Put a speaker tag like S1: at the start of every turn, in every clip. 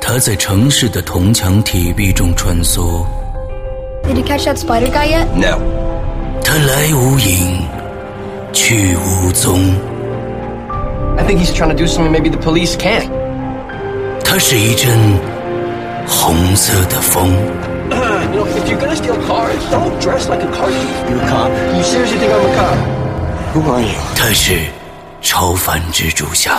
S1: 他在城市的铜墙铁壁中穿梭，
S2: Did you catch that spider guy yet?
S3: No.
S1: 他来无影，去无踪。
S3: I think he's trying to do something maybe the police can't.
S1: 它是一阵红色的风，
S3: You know, if you're gonna steal cars, don't dress like a car thief. You cop? You seriously think I'm a cop? Who are you?
S1: 它是超凡蜘蛛侠。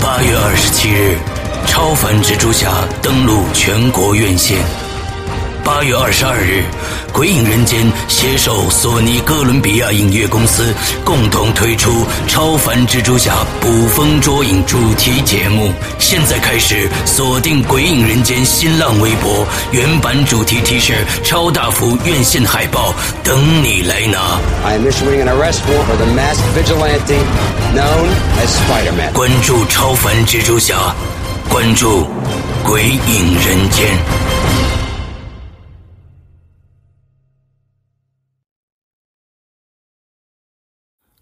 S1: 八月二十七日，《超凡蜘蛛侠》登陆全国院线。八月二十二日，《鬼影人间》携手索尼哥伦比亚影业啊公司共同推出《超凡蜘蛛侠捕风捉影》主题节目。现在开始锁定《鬼影人间》新浪微博，原版主题 T 恤、超大幅院线海报等你来拿。
S4: I am issuing an arrest warrant for the masked vigilante known as Spider-Man.
S1: 关注《超凡蜘蛛侠》，关注《鬼影人间》。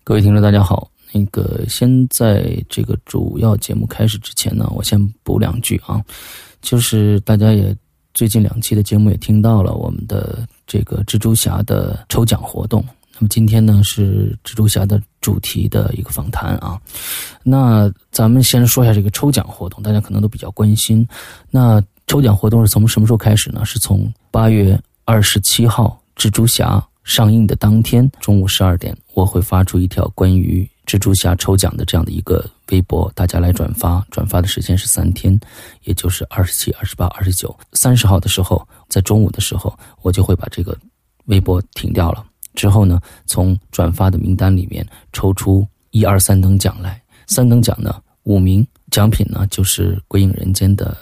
S5: 各位听众，大家好。那个，先在这个主要节目开始之前呢，我先补两句啊，就是大家也最近两期的节目也听到了我们的这个蜘蛛侠的抽奖活动。那么今天呢是蜘蛛侠的主题的一个访谈啊。那咱们先说一下这个抽奖活动，大家可能都比较关心。那抽奖活动是从什么时候开始呢？是从八月二十七号蜘蛛侠上映的当天中午十二点，我会发出一条关于蜘蛛侠抽奖的这样的一个微博，大家来转发。转发的时间是三天，也就是二十七、二十八、二十九、三十号的时候，在中午的时候，我就会把这个微博停掉了。之后呢，从转发的名单里面抽出一二三等奖来。三等奖呢，五名奖品呢就是《鬼影人间》的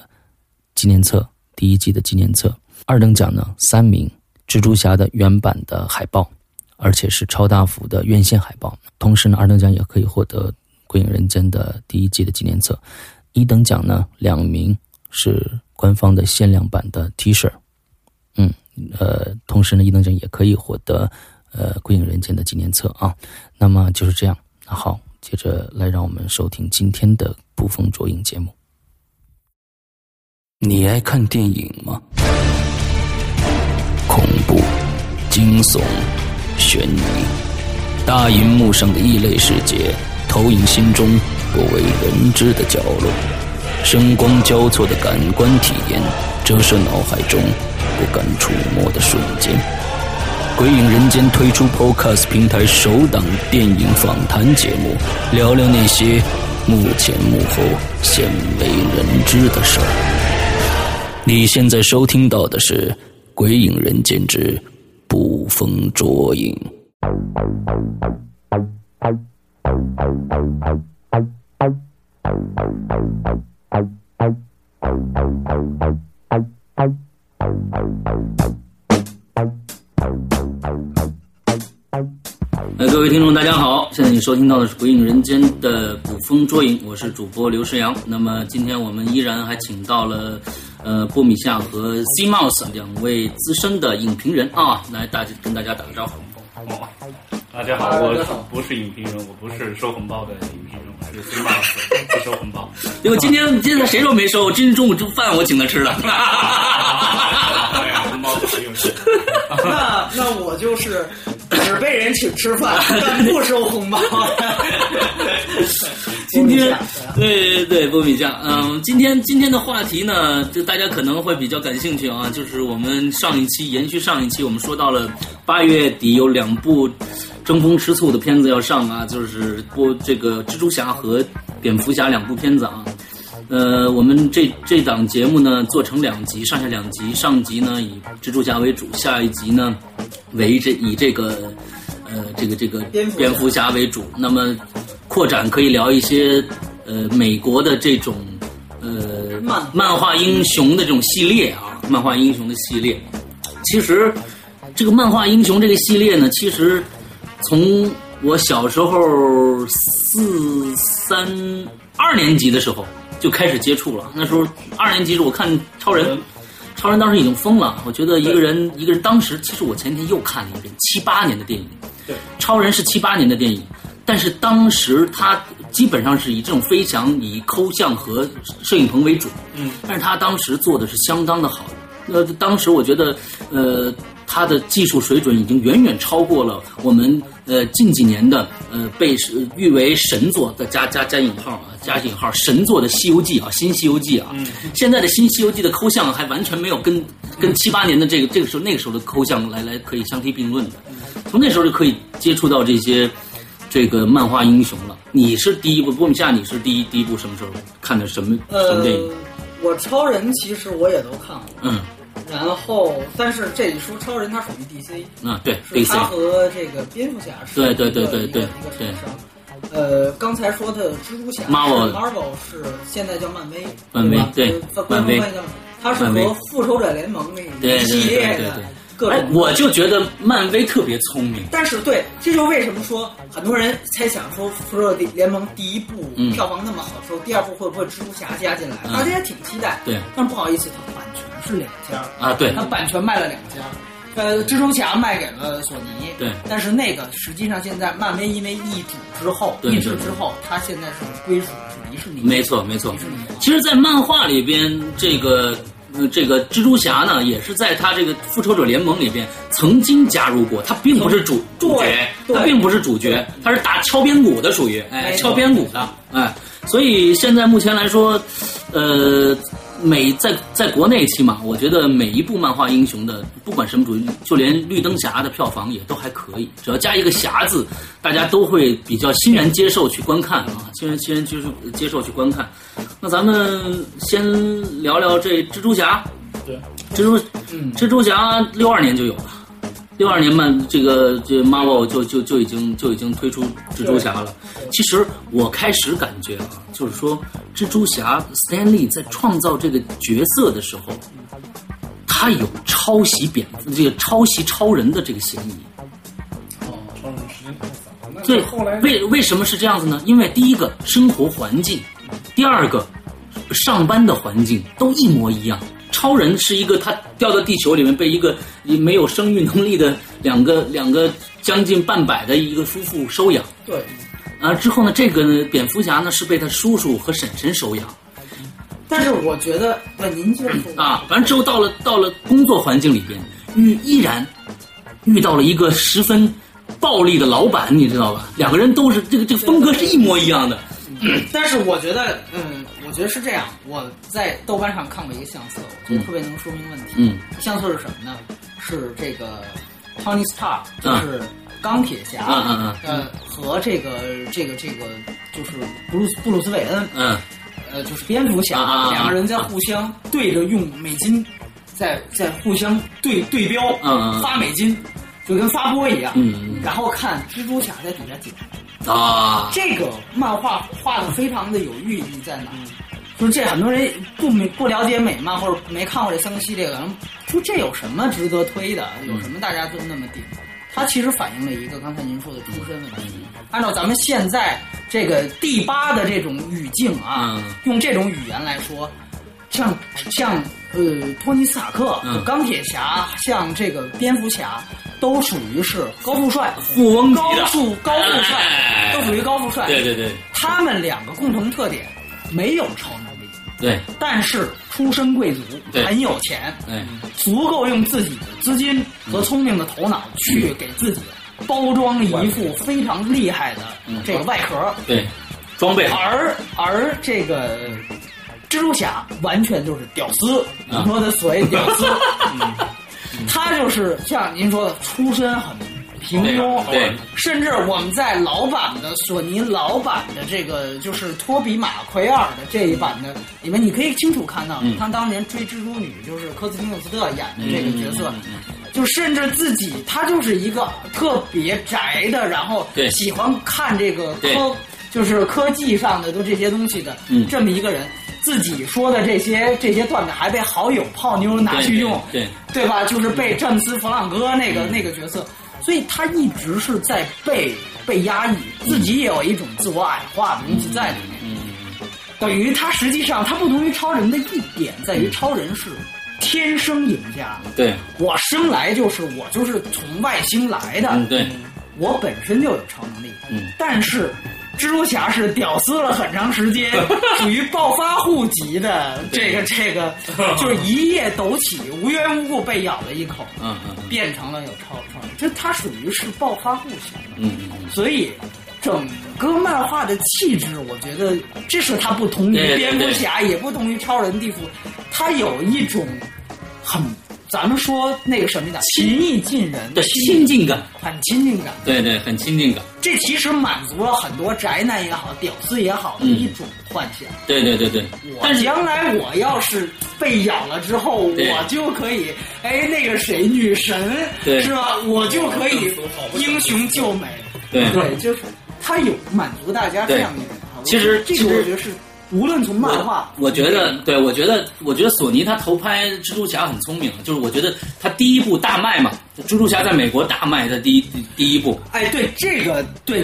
S5: 纪念册第一季的纪念册。二等奖呢，三名蜘蛛侠的原版的海报，而且是超大幅的院线海报。同时呢，二等奖也可以获得《鬼影人间》的第一季的纪念册。一等奖呢，两名是官方的限量版的 T 恤，嗯，呃，同时呢，一等奖也可以获得呃《鬼影人间》的纪念册啊。那么就是这样，那好，接着来让我们收听今天的捕风捉影节目。你爱看电影吗？恐怖、惊悚、悬疑，大银幕上的异类世界，投影心中不为人知的角落，声光交错的感官体验，折射脑海中不敢触摸的瞬间。鬼影人间推出 Podcast 平台首档电影访谈节目，聊聊那些幕前幕后鲜为人知的事儿。你现在收听到的是《鬼影人间之捕风捉影》。哎，各位听众，大家好！现在你收听到的是《鬼影人间》的捕风捉影，我是主播刘世阳。那么今天我们依然还请到了，呃，波米夏和 C Mouse 两位资深的影评人啊，来大家跟大家打个招呼。
S6: 大家好，我不是影评人，我不是收红包的影评人，我是 C 大师，不收红包。
S5: 因为今天今天谁都没收，今天中午这饭我请他吃的。
S6: 哎 呀，红包不用钱。
S7: 那那我就是只被人请吃饭，但不收红包。
S5: 今天，对对对，波米酱，嗯，今天今天的话题呢，就大家可能会比较感兴趣啊，就是我们上一期延续上一期，我们说到了八月底有两部争风吃醋的片子要上啊，就是播这个蜘蛛侠和蝙蝠侠两部片子啊。呃，我们这这档节目呢，做成两集，上下两集。上集呢以蜘蛛侠为主，下一集呢为这以这个呃这个这个
S7: 蝙蝠侠
S5: 蝙蝠侠为主。那么扩展可以聊一些呃美国的这种呃
S7: 漫
S5: 漫画英雄的这种系列啊，漫画英雄的系列。其实这个漫画英雄这个系列呢，其实从我小时候四三二年级的时候就开始接触了。那时候二年级时候我看超人，超人当时已经疯了。我觉得一个人一个人当时，其实我前天又看了一遍七八年的电影，
S6: 对，
S5: 超人是七八年的电影，但是当时他基本上是以这种飞翔以抠像和摄影棚为主。嗯，但是他当时做的是相当的好。呃，当时我觉得，呃，他的技术水准已经远远超过了我们呃近几年的呃被是誉为神作的加加加引号啊加引号神作的《西游记》啊，新《西游记》啊。
S8: 嗯
S5: 现在的新《西游记》的抠像还完全没有跟跟七八年的这个这个时候那个时候的抠像来来可以相提并论的。
S8: 嗯
S5: 从那时候就可以接触到这些这个漫画英雄了。你是第一部，波米夏，你是第一第一部什么时候看的什么什么
S8: 呃
S5: 电影？，
S8: 我超人其实我也都看过，
S5: 嗯，
S8: 然后但是这里说超人他属于 DC，
S5: 啊，对
S8: 是
S5: ，DC，
S8: 他和这个蝙蝠侠是
S5: 对对对对
S8: 一个
S5: 对
S8: 一个
S5: 对
S8: 厂商。呃，刚才说的蜘蛛侠
S5: Marvel
S8: 是 Marvel 是现在叫漫威，
S5: 漫威
S8: 对
S5: 对
S8: 吧，呃
S5: 漫威
S8: 官方翻译叫它是
S5: 漫威
S8: 和复仇者联盟那
S5: 对对
S8: 一系
S5: 对
S8: 列
S5: 对
S8: 的
S5: 对
S8: 各
S5: 哎
S8: 种，
S5: 我就觉得漫威特别聪明。
S8: 但是对，这就是为什么说很多人猜想说《复仇者联盟》第一部
S5: 嗯
S8: 票房那么好的时候，第二部会不会蜘蛛侠加进来？
S5: 嗯
S8: 大家也挺期待。
S5: 对
S8: 但不好意思，它版权是两家儿
S5: 啊对
S8: 它版权卖了两家儿。呃，蜘蛛侠卖给了索尼，
S5: 对
S8: 但是那个实际上现在漫威因为易主之后，
S5: 对
S8: 易制
S5: 对对
S8: 之后，它现在是归属是迪士尼，
S5: 没错，没错
S8: 迪士尼。
S5: 其实，在漫画里边，这个呃，这个蜘蛛侠呢，也是在他这个复仇者联盟里边曾经加入过，他并不是主
S8: 对
S5: 主角，
S8: 对
S5: 他并不是主角，他是打敲边鼓的，属于哎
S8: 没错
S5: 敲边鼓的，哎，所以现在目前来说，呃。每在在国内起码，我觉得每一部漫画英雄的，不管什么主义，就连绿灯侠的票房也都还可以，只要加一个侠字，大家都会比较欣然接受去观看啊，欣然欣然接受接受去观看。那咱们先聊聊这蜘蛛侠，
S6: 对，
S5: 蜘蛛，
S8: 嗯
S5: 蜘蛛侠六二年就有了，六二年漫这个这 Marvel 就就就已经就已经推出蜘蛛侠了。其实我开始感觉啊，就是说蜘蛛侠 Stanley 在创造这个角色的时候，他有抄袭蝙蝠这个抄袭超人的这个嫌疑。
S6: 哦超人时间太早了，那
S5: 对，
S6: 后来
S5: 为为什么是这样子呢？因为第一个生活环境，第二个上班的环境都一模一样。超人是一个他掉到地球里面被一个没有生育能力的两个两个将近半百的一个夫妇收养，
S8: 对，
S5: 啊，之后呢，这个呢蝙蝠侠呢是被他叔叔和婶婶收养
S8: 但是我觉得，对您接着说
S5: 啊，完了之后到了到了工作环境里边，遇依然遇到了一个十分暴力的老板，你知道吧？两个人都是这个这个风格是一模一样的，
S8: 但是我觉得，嗯，我觉得是这样。我在豆瓣上看过一个相册，我觉得特别能说明问题。
S5: 嗯，
S8: 相册是什么呢？是这个 Tony Stark，就是钢铁侠，
S5: 嗯嗯嗯
S8: 呃，和这个这个这个就是布鲁斯布鲁斯韦恩，
S5: 嗯，
S8: 呃，就是蝙蝠侠，
S5: 啊啊啊
S8: 两个人在互相对着用美金，在在互相对对标，
S5: 嗯嗯
S8: 发美金，就跟发波一样，
S5: 嗯嗯嗯
S8: 然后看蜘蛛侠在底下解
S5: 啊，
S8: 这个漫画画的非常的有寓意在
S5: 嗯
S8: 哪儿？就是这很多人不明不了解美漫或者没看过这三个系列的人，说这有什么值得推的？有
S5: 嗯
S8: 什么大家都那么顶？它其实反映了一个刚才您说的出身问题。
S5: 嗯
S8: 按照咱们现在这个第八的这种语境啊，
S5: 嗯
S8: 用这种语言来说，像像呃托尼斯塔克、
S5: 嗯
S8: 钢铁侠，像这个蝙蝠侠，都属于是高富帅、
S5: 富翁级的
S8: 高富高富帅
S5: 哎，
S8: 都属于高富帅。
S5: 对对对
S8: 他们两个共同特点，没有超能力，
S5: 对，
S8: 但是出身贵族，
S5: 对
S8: 很有钱，
S5: 哎，
S8: 足够用自己的资金和聪明的头脑
S5: 嗯
S8: 去给自己包装一副非常厉害的
S5: 嗯
S8: 这个外壳。
S5: 对，装备好，
S8: 而而这个蜘蛛侠完全就是屌丝，
S5: 啊
S8: 您说的 所谓屌丝，
S5: 嗯
S8: 他就是像您说的出身很平庸，
S5: 对对
S8: 甚至我们在老版的索尼老版的这个就是托比马奎尔的这一版的里面，你可以清楚看
S5: 嗯
S8: 到，他当年追蜘蛛女就是科斯汀纽斯特演的这
S5: 嗯
S8: 个角色。就甚至自己，他就是一个特别宅的，然后
S5: 对
S8: 喜欢看这个
S5: 对
S8: 科就是科技上的都这些东西的，
S5: 嗯
S8: 这么一个人，自己说的这些这些段子还被好友泡妞拿去用，
S5: 对嗯
S8: 对吧？就是被詹姆斯·弗朗哥那个、那个角色，所以他一直是在被被压抑，
S5: 嗯
S8: 自己也有一种自我矮化的东西在里面。
S5: 嗯
S8: 等于他实际上他不同于超人的一点在
S5: 嗯
S8: 于，超人是天生赢家，
S5: 对，
S8: 我生来就是我就是从外星来的，
S5: 嗯对，
S8: 我本身就有超能力，
S5: 嗯
S8: 但是蜘蛛侠是屌丝了很长 时间，属于暴发户级的，这个这个 就是一夜陡起，无缘无故被咬了一口，
S5: 嗯嗯嗯
S8: 变成了有超超能力，就他属于是暴发户型的。
S5: 嗯嗯嗯，
S8: 所以整个漫画的气质，我觉得这是它不同于
S5: 对对对
S8: 蝙蝠侠，也不同于超人、地府，它有一种很，咱们说那个什么一点，平易近人，
S5: 对，
S8: 亲
S5: 亲近感，
S8: 很亲近感。
S5: 对对，很亲近感，
S8: 这其实满足了很多宅男也好、屌丝也好的
S5: 嗯
S8: 一种幻想。
S5: 对对对对。
S8: 我
S5: 但是
S8: 将来我要是被咬了之后，
S5: 对
S8: 我就可以，哎，那个谁，女神，
S5: 对
S8: 是吧？我就可以英雄救美，
S5: 对
S8: 对，就是他有满足大家这样一种好我
S5: 其实
S8: 这
S5: 其
S8: 个
S5: 实
S8: 我觉得是，无论从漫画，
S5: 我觉得，对我觉得，我觉得索尼他投拍蜘蛛侠很聪明，就是我觉得他第一部大卖嘛，蜘蛛侠在美国大卖，他第一第一部，
S8: 哎，对这个对。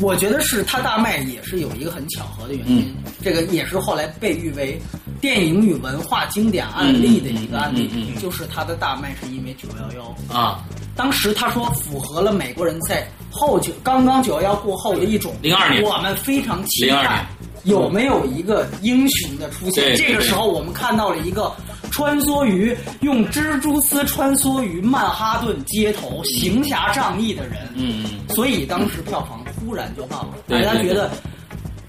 S8: 我觉得是他大卖也是有一个很巧合的原因，
S5: 嗯
S8: 这个也是后来被誉为电影与文化经典案例的一个案例，
S5: 嗯嗯嗯嗯
S8: 就是他的大卖是因为九幺幺
S5: 啊，
S8: 当时他说符合了美国人在后九刚刚九幺幺过后的一种
S5: 02年
S8: 我们非常期
S5: 02
S8: 待
S5: 年
S8: 有没有一个英雄的出现。
S5: 对对
S8: 这个时候我们看到了一个穿梭于用蜘蛛丝穿梭于曼哈顿街头行侠仗义的人，
S5: 嗯嗯，
S8: 所以当时票房突然就爆了，大
S5: 对
S8: 家
S5: 对
S8: 觉得。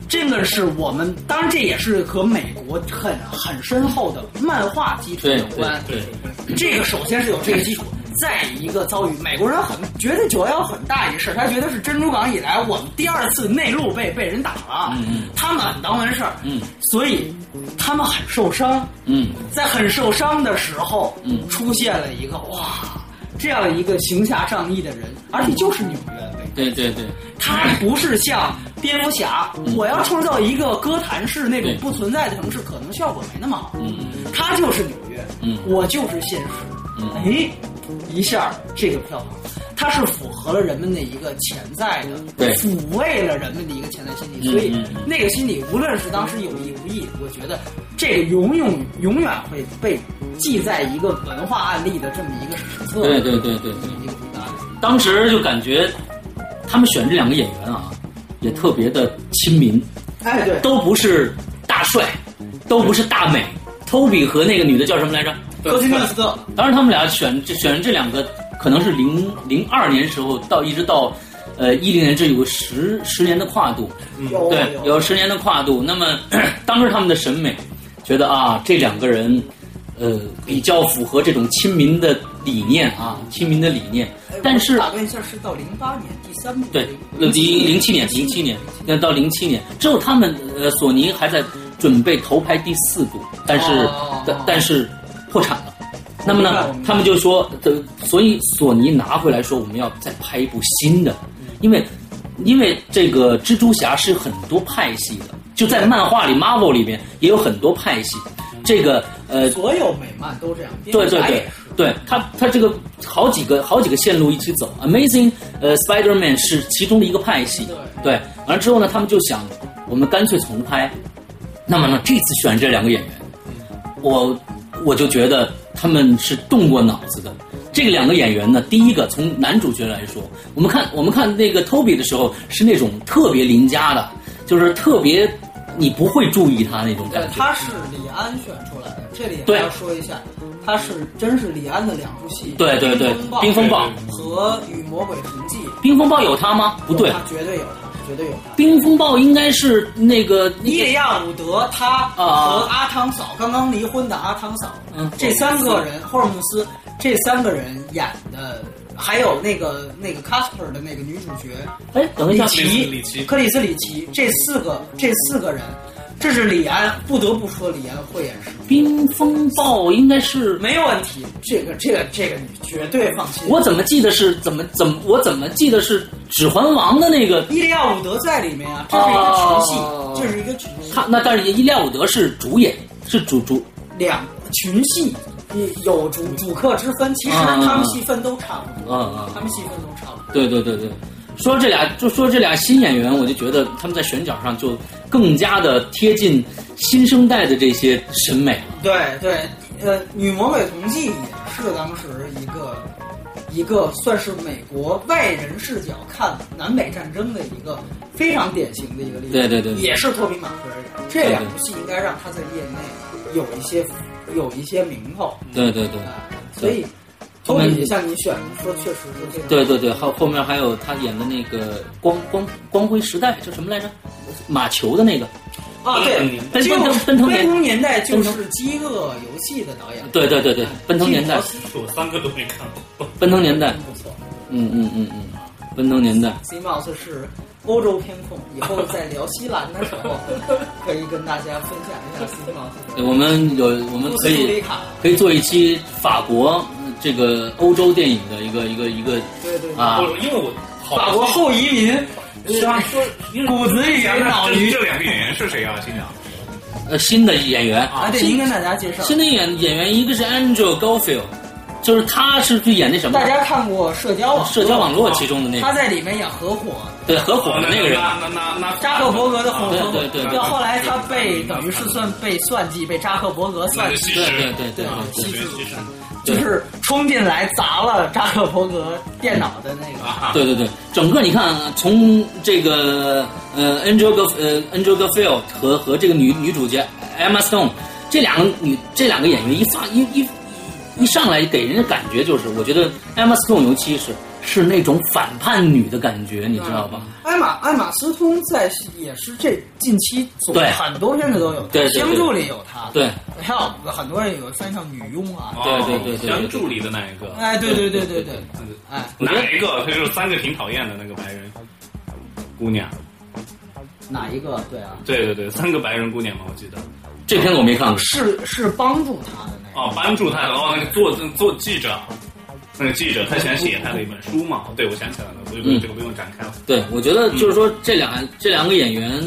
S8: 这个是我们，当然这也是和美国很很深厚的漫画基础
S5: 对
S8: 有
S5: 对
S8: 关。
S5: 对，
S8: 这个首先是有这个基础，再一个遭遇美国人很觉得九幺幺很大一事儿，他觉得是珍珠港以来我们第二次内陆被被人打了，啊他们很当回事儿，
S5: 嗯
S8: 所以他们很受伤，
S5: 嗯，
S8: 在很受伤的时候，
S5: 嗯
S8: 出现了一个哇，这样一个行侠仗义的人，而且就是纽约的。
S5: 对对对，
S8: 他不是像蝙蝠侠，我要创造一个哥谭市那种
S5: 嗯对
S8: 不存在的城市，可能效果没那么好。他就是纽约，
S5: 嗯
S8: 我就是现实。哎，一下这个票房，它是符合了人们的一个潜在的，
S5: 对
S8: 抚慰了人们的一个潜在心理，
S5: 嗯
S8: 所以
S5: 嗯嗯
S8: 那个心理无论是当时有意无意，我觉得这个永永永远会被记在一个文化案例的这么一个史册。
S5: 对对对对对，
S8: 一个答案。
S5: 当时就感觉他们选这两个演员啊，也特别的亲民，
S8: 哎，对，
S5: 都不是大帅，都不是大美。托比和那个女的叫什么来着？
S8: 科辛顿斯特。
S5: 当时他们俩选这选这两个，可能是零零二年时候到一直到，呃一零年这有个十十年的跨度，
S8: 哦
S5: 嗯
S8: 有
S5: 对，有十年的跨度。那么 当时他们的审美觉得啊，这两个人，呃，比较符合这种亲民的理念啊，亲民的理念。但是
S8: 哎打断一下，是到零八年第三部
S5: 对，零零七年，零七年，那到零七年，只有他们呃，索尼还在准备投拍第四部，但是、
S8: 哦
S5: 但但是破产了。那么
S8: 明白
S5: 呢
S8: 我明，白
S5: 他们就说，呃，所以索尼拿回来说，我们要再拍一部新的，因为因为这个蜘蛛侠是很多派系的，就在漫画里，Marvel 里面也有很多派系。这个呃，
S8: 所有美漫都这样，
S5: 对对
S8: 蝙蝠侠
S5: 对
S8: 也是，
S5: 对他他这个好几个好几个线路一起走，Amazing 呃 Spider-Man 是其中的一个派系，对，完了之后呢，他们就想我们干脆重拍，那么呢这次选这两个演员，我我就觉得他们是动过脑子的。这两个演员呢，第一个从男主角来说，我们看我们看那个 Toby 的时候是那种特别邻家的，就是特别你不会注意他那种感觉，
S8: 对，呃他是李安选出来的，这里
S5: 对
S8: 也要说一下，他是真是李安的两部戏，
S5: 对对对
S8: 冰
S5: 冰
S8: 风
S5: 风
S8: 暴
S5: 暴
S8: 和与魔鬼同济，
S5: 冰风暴有他吗？不对，
S8: 他绝对有他，绝对有他。
S5: 冰风暴应该是那个
S8: 伊利亚伍德，他和阿汤嫂刚刚离婚的阿汤嫂，
S5: 啊嗯
S8: 这三个人，霍尔姆斯这三个人演的，还有那个那个 Casper 的那个女主角，
S5: 哎，等一下，
S8: 奇、
S6: 里奇
S8: 克里斯里奇这四个这四个人，这是李安，不得不说李安慧眼识珠，
S5: 冰风暴应该是
S8: 没有问题。这个这个这个你绝对放心。
S5: 我怎么记得是怎么怎么我怎么记得是《指环王》的那个
S8: 伊利亚伍德在里面啊，这是一个群戏，
S5: 哦
S8: 这是一个群戏，
S5: 他那但是伊利亚伍德是主演是主主
S8: 两群戏。有主主客之分，其实
S5: 嗯嗯嗯
S8: 他们戏份都差不多，
S5: 嗯嗯
S8: 他们戏份都差不多。
S5: 对对对对，说这俩就说这俩新演员，我就觉得他们在选角上就更加的贴近新生代的这些审美了。
S8: 对对，呃，女魔鬼同济也是当时一个一个算是美国外人视角看南北战争的一个非常典型的一个例子。
S5: 对对对对
S8: 也是托比马奎尔演。这两部戏应该让他在业内有一些有一些名头。
S5: 对对对
S8: 啊，所以
S5: 后
S8: 托
S5: 面
S8: 比像你选的说，确实是非常
S5: 对对对，后后面还有他演的那个光光光辉时代叫什么来着？马球的那个，
S8: 啊，对，
S5: 奔
S8: 就
S5: 奔奔腾
S8: 奔
S5: 年
S8: 腾年代就
S5: 奔
S8: 是
S5: 腾
S8: 《饥饿游戏》的导演。
S5: 对对对对，奔腾年代，
S6: 我三个都没看过。
S5: 奔腾年代，
S8: 不错。
S5: 嗯嗯嗯嗯，奔腾年代，
S8: C Mouse 是欧洲偏控，以后在聊西兰的时候，可以跟大家分享一下 C Mouse
S5: 对
S8: 的。
S5: 哎我们有我们可
S8: 乌斯
S5: 以
S8: 里卡
S5: 可以做一期法国嗯这个欧洲电影的一个一个一个
S8: 对对对，
S5: 啊
S6: 我因为我好
S8: 法国后移民，
S6: 是啊，说因为
S8: 骨子里
S6: 想
S8: 有
S6: 想
S8: 脑
S6: 这
S8: 驴
S6: 这两个演员是谁啊？新娘
S5: 呃新的演员
S8: 啊，对，
S5: 新
S8: 您跟大家介绍。
S5: 新的演演员一个是 Andrew Garfield，就是他是去演那什么
S8: 大家看过《社交网》？
S5: 社交网络其中的那
S8: 他
S5: 个，
S8: 在里面演合伙
S5: 对合伙的那个人，
S6: 那那那那
S8: 扎克伯格的合伙。
S5: 对对对对
S8: 到后来他被等于是算被算计，被扎克伯格算
S6: 那
S8: 计，
S6: 是
S5: 对对对对
S8: 啊
S5: 对
S8: 西
S6: 对
S8: 斯
S6: 西斯
S8: 就是冲进来砸了扎克伯格电脑的那个。
S6: 啊
S5: 对对对，整个你看啊，从这个呃 Angel 呃 Angel Garfield 和和这个女女主角 Emma Stone 这两个女这两个演员一发一一一上来给人的感觉就是，我觉得 Emma Stone 尤其是是那种反叛女的感觉，你知道吧？
S8: 艾玛艾玛斯通在也是这近期总
S5: 对
S8: 很多片子都有，
S5: 对对对
S8: 相助里有他，
S5: 对，哦
S8: 还有很多人有翻唱女佣啊，
S5: 对对对对对
S6: 相助理的那一个，
S8: 哎，对对对对对，哎，
S6: 哪一个？他就是三个挺讨厌的那个白人姑娘。
S8: 哪一个？对啊，
S6: 对对对，三个白人姑娘嘛，我记得。
S5: 这片子我没看过。
S8: 是是帮助他的那个，
S6: 哦，帮助他，然后那个做做记者，那个记者他想写他的一本书嘛。对，我想起来了，所以
S5: 嗯
S6: 这个不用展开了。
S5: 对，我觉得就是说这两、这两个演员，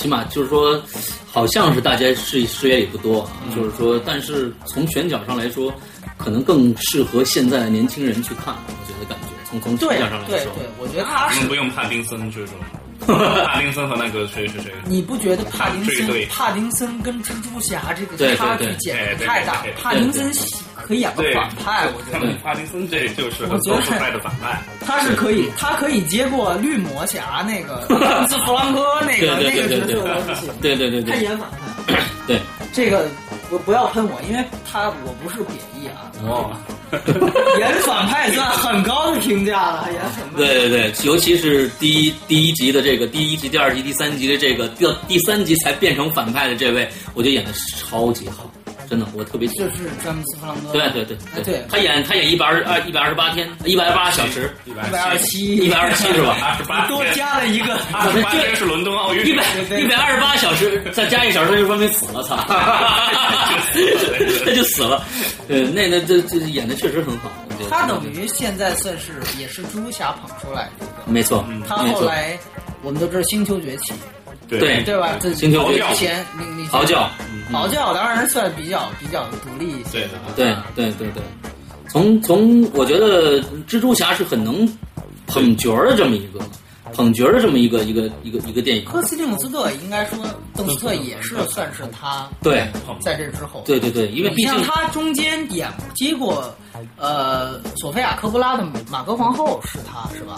S5: 起码就是说，好像是大家视视野里不多啊，就是说，但是从选角上来说，可能更适合现在的年轻人去看，我觉得感觉从从选
S8: 对
S5: 角上来
S8: 对
S5: 说，
S8: 对，我觉得他
S6: 我
S8: 是
S6: 们不用帕丁森这种， 帕丁森和那个谁谁谁，
S8: 你不觉得帕丁
S6: 对对
S8: 森、帕丁森跟蜘蛛侠这
S5: 嗯对对
S8: 个差距
S5: 对
S8: 简
S6: 哎
S8: 直
S6: 对
S8: 太大
S6: 对对？
S8: 了
S6: 对
S8: 帕丁森可以演个
S6: 对
S8: 反派，我觉
S6: 他
S8: 得
S6: 们帕丁森这就是
S8: 我
S6: 很
S8: 觉得
S6: 多出来的反派。
S8: 他是可以，他可以接过绿魔侠那 个汉斯·弗兰科那
S5: 对
S8: 个那
S5: 对对
S8: 个角
S5: 对
S8: 色都不行，
S5: 对对对
S8: 他
S5: 对
S8: 演反派。
S5: 对，
S8: 这个我不要喷我，因为他我不是贬义啊，
S5: 哦，
S8: 演反派算很高的评价了，演反派。
S5: 对对对，尤其是第一第一集的这个第一集、第二集、第三集的这个第第三集才变成反派的这位，我觉得演的超级好，真的，我特别喜
S8: 就
S5: 欢。
S8: 是詹姆斯·弗兰
S5: 对对
S8: 哥，
S5: 对
S8: 哎对
S5: 他演他演一百二二一百二十八天，一百八小时，
S6: 一
S8: 一
S6: 百
S8: 百二十七，
S5: 一百二十 七是吧？
S6: 二十八，
S8: 多加了一个，
S6: 二十八天是伦敦奥运，
S5: 一百一百二十八小时，再加一小时，他就说明死了， 操，他就死了。对，那那这这演的确实很好，我觉得
S8: 他等于现在算是也是蜘蛛侠捧出来的一
S5: 没错，
S8: 嗯个，他
S5: 没
S8: 后
S5: 错，
S8: 来我们都知道星球崛起，
S6: 对
S5: 对
S8: 对吧？这
S5: 星球崛
S8: 之
S5: 起
S8: 前你你
S5: 嚎叫，嗯
S8: 嚎叫当然算比较比较独立一些，
S6: 对的啊。
S5: 对对对对，从从我觉得蜘蛛侠是很能捧角儿的这么一个捧角儿的这么一个一个一个一个电影，
S8: 科斯蒂姆斯特应该说，邓斯特也是算是他
S5: 对
S8: 在这之后。
S5: 对对对，因为
S8: 你
S5: 毕竟
S8: 像他中间演接过，呃，索菲亚·科波拉的《马格皇后》是他是吧？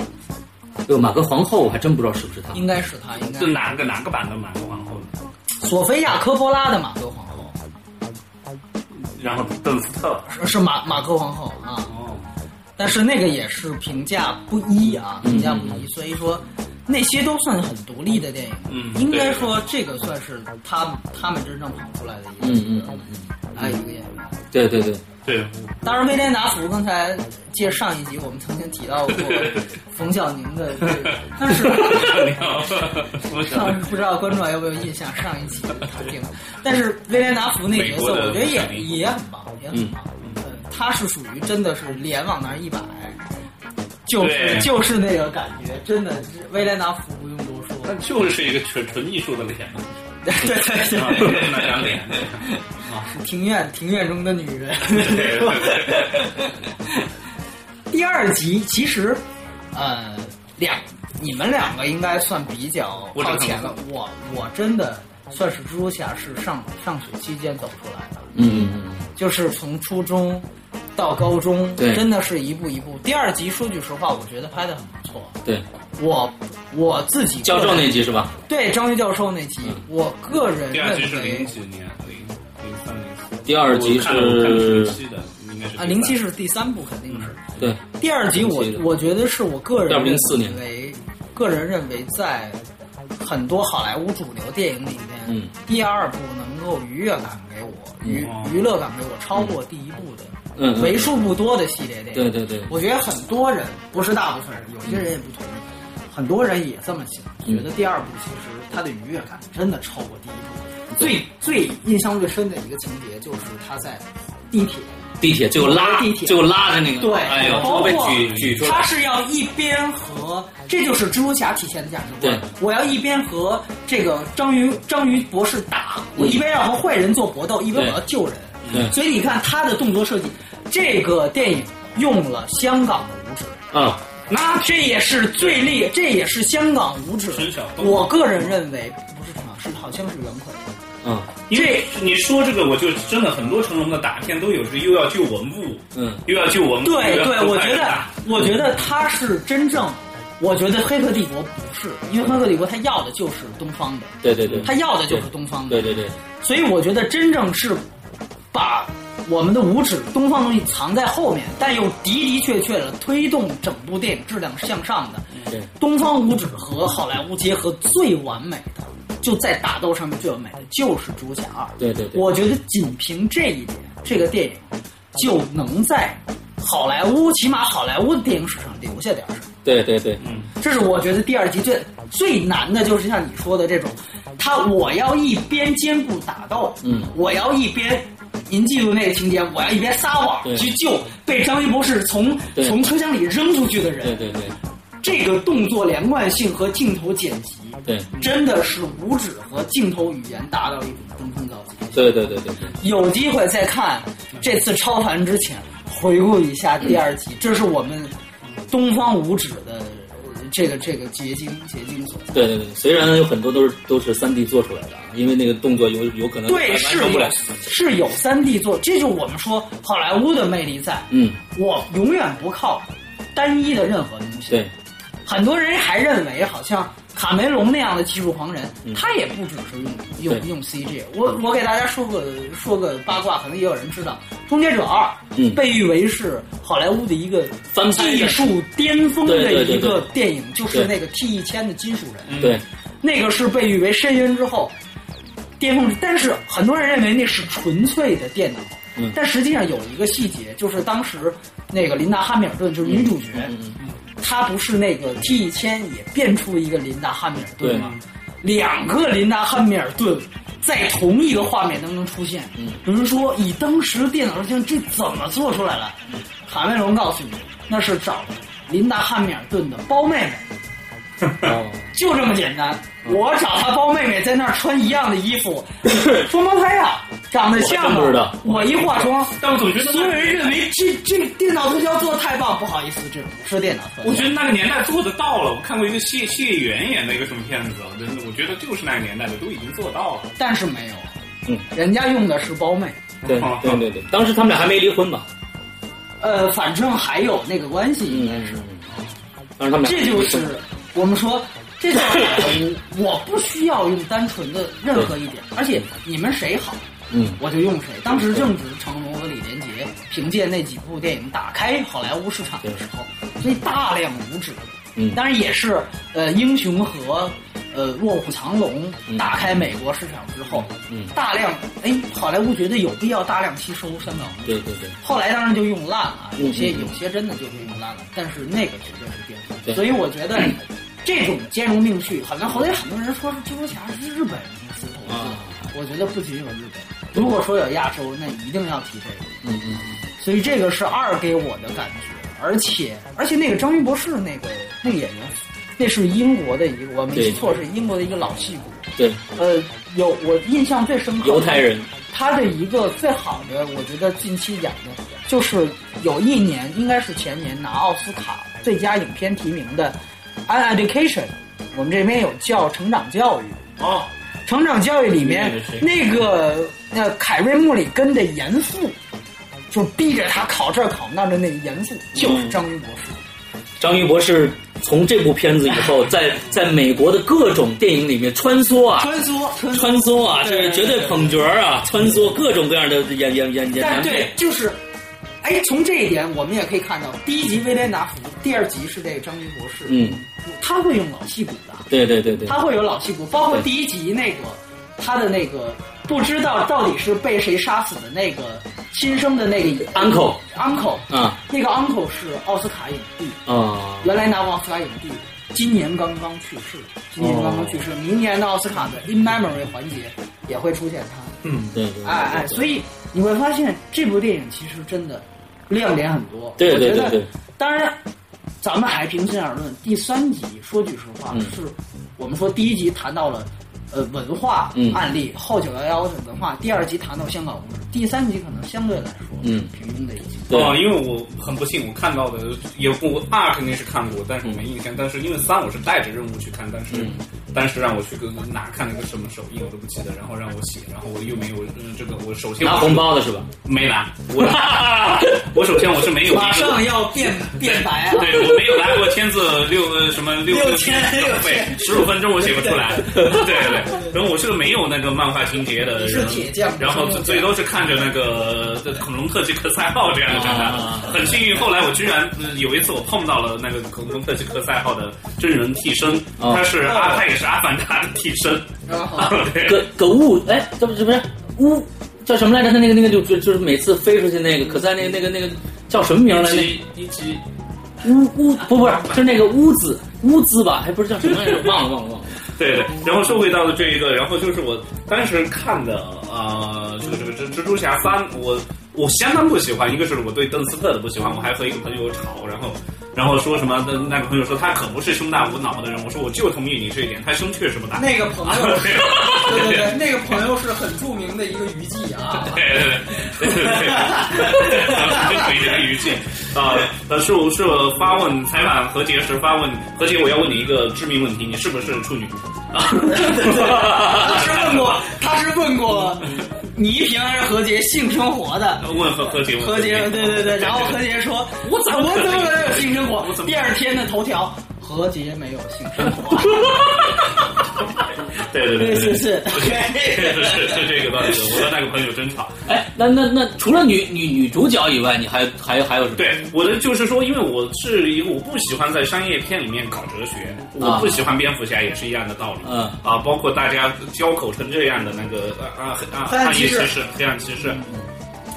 S5: 呃马格皇后，我还真不知道是不是他。
S8: 应该是他，应该
S6: 是哪个哪个版的满国皇后呢？
S8: 索菲亚·科波拉的马格皇后
S6: 然后邓斯特。
S8: 是是马马格皇后啊。
S6: 哦，
S8: 但是那个也是评价不一啊，评价不
S5: 嗯
S8: 一，所以说那些都算很独立的电影，
S6: 嗯
S8: 应该说这个算是他们他们真正捧出来的一个，
S5: 嗯嗯嗯嗯，
S8: 哎，一个演员。
S5: 对对对，
S6: 对，
S8: 当然，威廉达福刚才借上一集我们曾经提到过冯小宁的这个，但是
S6: 我
S8: 当
S6: 想
S8: 时不知道观众还有没有印象上一集他定的，但是威廉达福那角
S6: 美
S8: 色
S6: 国的
S8: 我觉得
S6: 冯小
S8: 也
S6: 宁
S8: 也很棒，也很棒。嗯他是属于真的是脸往那儿一摆，就是
S6: 对
S8: 就是那个感觉，真的是威廉达福不用多说。
S6: 那就是一个纯纯艺术的脸嘛，
S8: 对对
S6: 啊
S8: 对
S6: 就是
S8: 对，
S6: 那张脸。
S8: 庭院庭院中的女人
S6: 对对。
S8: 第二集其实，呃，两你们两个应该算比较
S6: 我
S8: 靠
S6: 真的
S8: 前
S6: 不
S8: 了。我我真的算是蜘蛛侠是上上学期间走出来的，
S5: 嗯嗯嗯
S8: 就是从初中到高中，
S5: 对
S8: 真的是一步一步。第二集说句实话，我觉得拍的很不错。
S5: 嗯对，
S8: 我我自己
S5: 教
S8: 个
S5: 授
S8: 人
S5: 那集是吧？
S8: 对张玉教授那集，我个人
S6: 第二集是
S8: 认
S6: 零
S8: 为
S6: 几年，零零三零四。
S5: 第二集
S6: 我看了我看
S5: 是
S6: 零，七的，应该是
S8: 啊，零七是第三部肯定是。
S5: 对，
S8: 第二集我
S5: 零七的
S8: 我觉得是我个人
S5: 要不
S8: 认
S5: 04年
S8: 为，个人认为在很多好莱坞主流电影里面，
S5: 嗯
S8: 第二部能够愉悦感给我娱、
S6: 嗯
S8: 娱乐感给我超过第一部的。
S5: 嗯，嗯
S8: 为数不多的系列电影。
S5: 对对对
S8: 我觉得很多人不是大部分人，有些人也不同意，很多人也这么想，
S5: 嗯
S8: 觉得第二部其实它的愉悦感真的超过第一
S5: 嗯
S8: 部。最最印象最深的一个情节就是他在地铁，
S5: 地铁最后拉
S8: 地铁
S5: 最后拉着那个，
S8: 对，哦
S5: 哎呦，最
S8: 包
S5: 后
S8: 括
S5: 被举举出
S8: 他
S5: 来，
S8: 是要一边和，这就是蜘蛛侠体现的价值观
S5: 对。
S8: 我要一边和这个章鱼章鱼博士打，我一边要和坏人做搏斗，一边
S5: 对
S8: 我要救人。
S5: 对
S8: 所以你看他的动作设计，这个电影用了香港的武指，
S5: 嗯，
S8: 那这也是最厉，这也是香港武指
S6: 陈晓。东
S8: 我个人认为不是陈晓，是好像是袁奎。
S5: 嗯
S6: 因为你说这个，我就真的很多成龙的大片都有是又要救文物，
S5: 嗯，
S6: 又要救文物，
S8: 对
S6: 又要
S8: 对，
S6: 救
S8: 我
S6: 坏
S8: 觉
S6: 人
S8: 得，我觉得他是真正，我觉得《黑客帝国》不是，因为《黑客帝国》他要的就是东方的，
S5: 对对对，
S8: 他要的就是东方的
S5: 对，对对，
S8: 所以我觉得真正是把我们的五指东方东西藏在后面，但又的的确确的推动整部电影质量向上的。
S5: 对
S8: 东方五指和好莱坞结合最完美的，就在打斗上面最完美的就是《蜘蛛侠二》。
S5: 对对对
S8: 我觉得仅凭这一点，这个电影就能在好莱坞，起码好莱坞的电影史上留下点什么。
S5: 对对对，
S8: 这是我觉得第二集最最难的，就是像你说的这种，他我要一边兼顾打斗，
S5: 嗯
S8: 我要一边。您记住那个情节，我要一边撒网
S5: 对
S8: 去救被章鱼博士从
S5: 对
S8: 从车厢里扔出去的人
S5: 对，对对
S8: 这个动作连贯性和镜头剪辑，
S5: 对
S8: 真的是五指和镜头语言达到一种登峰造极。
S5: 对对对对对，
S8: 有机会再看这次超凡之前，回顾一下第二集，这是我们东方五指的呃这个这个结晶结晶所在。
S5: 对对对，虽然有很多都是都是三 D 做出来的啊，因为那个动作有有可能
S8: 对，
S5: 嗯完
S8: 是
S5: 成不
S8: 有
S5: 了。
S8: 是有三 D 做，这就是我们说好莱坞的魅力在。
S5: 嗯，
S8: 我永远不靠单一的任何东西。
S5: 对，
S8: 很多人还认为，好像卡梅隆那样的技术狂人，他也不只是用
S5: 嗯对嗯
S8: 用用 CG。我我给大家说个说个八卦，可能也有人知道，《终结者二》
S5: 嗯
S8: 被誉为是好莱坞的一个
S5: 翻拍的
S8: 技术巅峰
S5: 对对
S8: 的
S5: 对
S8: 一个
S5: 对
S8: 电影，就是
S5: 对
S8: 那个 T 一千的金属人，
S5: 对，
S8: 那个是被誉为深渊之后巅峰。但是很多人认为那是纯粹的电脑。
S5: 嗯
S8: 但实际上有一个细节，就是当时那个琳达·汉密尔顿就是女主角，
S5: 嗯
S8: 她不是那个 T 一千也变出一个琳达汉密尔顿吗？两个琳达汉密尔顿在同一个画面当中出现，
S5: 嗯
S8: 有人说以当时电脑上像这怎么做出来了？卡梅隆告诉你，那是找琳达汉密尔顿的胞妹妹，
S5: 哦，
S8: 就这么简单。
S5: 嗯
S8: 我找她胞妹妹在那儿穿一样的衣 服，双胞胎啊，长得像
S5: 我真不知道
S8: 吗？我一化妆，
S6: 但我总觉得
S8: 所有人认为这这个电脑特效做的太棒，不好意思，这不是电脑特效。
S6: 我觉得那个年代做得到了。我看过一个谢谢元演的一个什么片子，真的，我觉得就是那个年代的都已经做到了。
S8: 但是没有，
S5: 嗯，
S8: 人家用的是胞妹，
S5: 对
S6: 啊
S5: 对对对，
S6: 哦
S5: 当时他们俩还没离婚吧？
S8: 呃，反正还有那个关系，应该
S5: 嗯
S8: 是，，
S5: 当时他们俩
S8: 这就是我们说，这就是我不需要用单纯的任何一点，而且你们谁好，
S5: 嗯，
S8: 我就用谁。当时正值成龙和李连杰凭借那几部电影打开好莱坞市场的时候，所以大量无指，
S5: 嗯
S8: 当然也是呃英雄和呃卧虎藏龙打开美国市场之后，
S5: 嗯
S8: 大量哎好莱坞觉得有必要大量吸收香港无指
S5: 对对对
S8: 后来当然就用烂了，
S5: 嗯
S8: 有些
S5: 嗯嗯
S8: 有些真的就是用烂了，但是那个绝对是巅
S5: 对
S8: 峰。所以我觉得这种兼容并蓄，好像后来很多人说是蜘蛛侠是日本人公司投
S5: 啊
S8: 资，我觉得不仅有日本，如果说有亚洲，那一定要提这个。
S5: 嗯嗯
S8: 所以这个是二给我的感觉，而且
S5: 嗯
S8: 而且那个章鱼博士那个那个演员，那是英国的一个，我没
S5: 对
S8: 记错是英国的一个老戏骨。
S5: 对，
S8: 呃，有我印象最深刻的
S5: 犹太人，
S8: 他的一个最好的，我觉得近期演的，就是有一年应该是前年拿奥斯卡最佳影片提名的《An Education》，我们这边有叫《成长教育》。
S6: 哦，
S8: 成长教育里面
S5: 里面的谁
S8: 那个那凯瑞穆里根的严父，就是逼着他考这儿考那儿的那严肃，就是章鱼博士。
S5: 章鱼博士从这部片子以后，在在美国的各种电影里面穿梭啊，
S8: 穿梭，穿
S5: 穿梭啊，这
S8: 对
S5: 是绝对捧角儿啊，穿梭各种各样的演演演演
S8: 但
S5: 员
S8: 对
S5: 配，，
S8: 就是，哎，从这一点我们也可以看到，第一集威廉达福，第二集是这个章鱼博士，
S5: 嗯，
S8: 他会用老戏骨的，
S5: 对对对对，
S8: 他会有老戏骨，包括
S5: 对
S8: 第一集那个他的那个不知道到底是被谁杀死的那个新生的那个
S5: Uncle
S8: uncle，
S5: 啊
S8: 那个 uncle 是奥斯卡影帝，
S5: 啊，
S8: 原来拿过奥斯卡影帝，今年刚刚去世，今年刚刚去世，明年的奥斯卡的 in memory 环节也会出现他。
S6: 嗯
S5: 对对，
S8: 哎哎，所以你会发现这部电影其实真的亮点很多。
S5: 对
S8: 我
S5: 对
S8: 觉得
S5: 对对
S8: 当然，咱们还平心而论，第三集说句实话，
S5: 嗯
S8: 是我们说第一集谈到了呃文化
S5: 嗯
S8: 案例，后九幺幺的文化；第二集谈到香港故事，第三集可能相对来说是
S5: 嗯
S8: 平庸的一集。
S5: 对
S6: 哦，因为我很不幸，我看到的也我二肯定是看过，但是我
S5: 嗯
S6: 没印象。但是因为三我是带着任务去看，但是、当时让我去个哪看了个什么首映我都不记得，然后让我写，然后我又没有、嗯、这个，我首先
S5: 拿
S6: 我
S5: 红包的是吧？
S6: 没拿，我 我首先我是没有拿
S8: 马
S6: 过
S8: 上要变变白了，
S6: 对，我没有拿过签字六呃什么六
S8: 啊六千
S6: 六费，十五分钟我写不出来。对 对对，然后我是个没有那个漫画情节的人，
S8: 是铁匠
S6: 然后最最多是看着那个呃恐龙特技克赛号这样的长大。很幸运，后来我居然呃有一次我碰到了那个恐龙特技克赛号的真人替身，
S5: 哦
S6: 他是阿他也是阿凡达的替身。
S8: 然后。
S6: 对
S5: 葛葛雾，哎，这不是不是乌叫什么来着？他那个那个就就就是每次飞出去那个，可赛那个那个那个叫什么名儿来着？
S6: 一级一级
S5: 乌乌不不是，就是那个乌子乌兹吧？还不是叫什么来着？忘了忘了忘了。
S6: 对对，然后说回到了这一个，然后就是我当时看的呃，这个这个蜘蜘蛛侠三，我我相当不喜欢，一个是我对邓斯特的不喜欢，我还和一个朋友吵，然后然后说什么那那个朋友说他可不是胸大无脑的人，我说我就同意你这一点，他胸确实不大。
S8: 那个朋友，
S6: 对
S8: 对对对，那个朋友是很著名的一个娱记啊，
S6: 对对对对对，回答语境啊，呃，是我是我发问采访何洁时发问何洁，我要问你一个致命问题，你是不是处女？啊，
S8: 他是问过，
S5: 嗯
S8: 他是问过倪萍还是何洁性生活的。
S6: 问何何洁，问
S8: 何洁，对对对，然后何洁说：“我怎么我怎么可能有性生活
S6: 我？”怎么
S8: 第二天的头条：何洁没有性生活。
S6: 对对对
S8: 对，
S6: 对
S8: 是
S6: 对，
S8: 是，
S6: 确实是是这个道理的。我和那个朋友争吵，
S5: 哎，那那那除了女女女主角以外，你还还还有什么？
S6: 对我的就是说，因为我是一个我不喜欢在商业片里面搞哲学，我不喜欢蝙蝠侠也是一样的道理。
S5: 啊嗯
S6: 啊，包括大家交口成这样的那个啊啊啊，
S8: 黑暗骑士
S6: 黑士，黑暗骑士。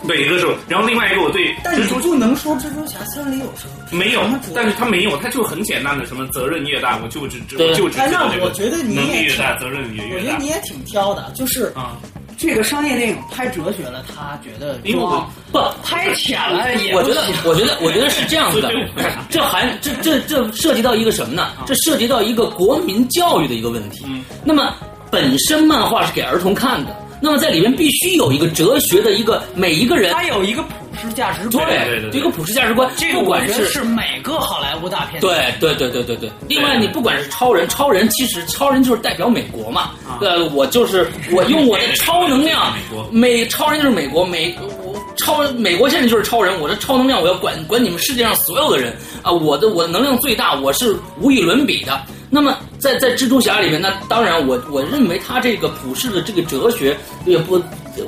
S6: 对，一个是我，然后另外一个我对
S8: 嗯但你
S6: 蜘蛛
S8: 不能说蜘蛛侠三里有什么
S6: 没有
S8: 什么主，
S6: 但是他没有，他就很简单的什么责任越大，我就只只我
S5: 对
S6: 就只
S8: 哎
S6: 知道
S8: 那
S6: 这个
S8: 我觉得你
S6: 能力
S8: 也
S6: 越
S8: 挺
S6: 大，责任也
S8: 我
S6: 越
S8: 觉得
S6: 大
S8: 你也挺挑的，就是
S6: 啊。
S8: 这个商业电影拍哲学了，他觉得
S6: 因为我
S8: 装
S5: 不，
S8: 拍浅了也
S5: 我
S8: 不
S5: 觉得
S8: 行。，
S5: 我觉得，我觉得是这样子的
S6: 对对，
S5: 这还这这这涉及到一个什么呢？这涉及到一个国民教育的一个问题。那么本身漫画是给儿童看的，那么在里面必须有一个哲学的一个每一个人
S8: 他有一个普世价值观，
S6: 对对对对
S5: 一个普世价值观，
S8: 这个
S5: 不
S8: 我
S5: 管
S8: 觉
S5: 是
S8: 得是每个好莱坞大片
S5: 对对对对对对。另外，你不管是超人，超人其实超人就是代表美国嘛。呃，我就是我用我的超能量
S6: 美国，
S5: 美超人就是美国，美我超美国现在就是超人，我的超能量我要管管你们世界上所有的人啊！我的我的能量最大，我是无与伦比的。那么在在蜘蛛侠里面，那当然我我认为他这个普世的这个哲学也不。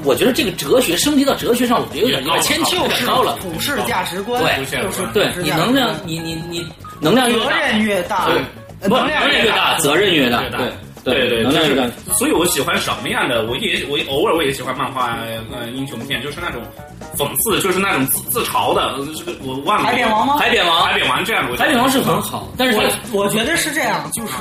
S5: 我觉得这个哲学升级到哲学上，我觉得有点有点牵强，有
S8: 就
S5: 点
S8: 是
S5: 高了。
S8: 普世价值观，
S5: 对
S8: 就是普
S5: 对
S8: 世
S5: 你
S8: 价值观
S5: 能量，你你你能量越
S8: 责
S5: 大，
S8: 任越大，呃
S5: 不
S8: 能量
S5: 能量
S8: 越
S5: 越大，责任越大，对
S6: 对
S5: 能量越大。
S6: 就是所以我喜欢什么样的？我也我偶尔我也喜欢漫画呃英雄片，就是那种讽刺，就是那种自自嘲的。呃这个我忘了。
S8: 海扁王吗？
S5: 海扁王，
S6: 海扁王这样的，我觉
S5: 海
S6: 得
S5: 扁王是很好，但是
S8: 我
S5: 他
S8: 我觉得是这样，就是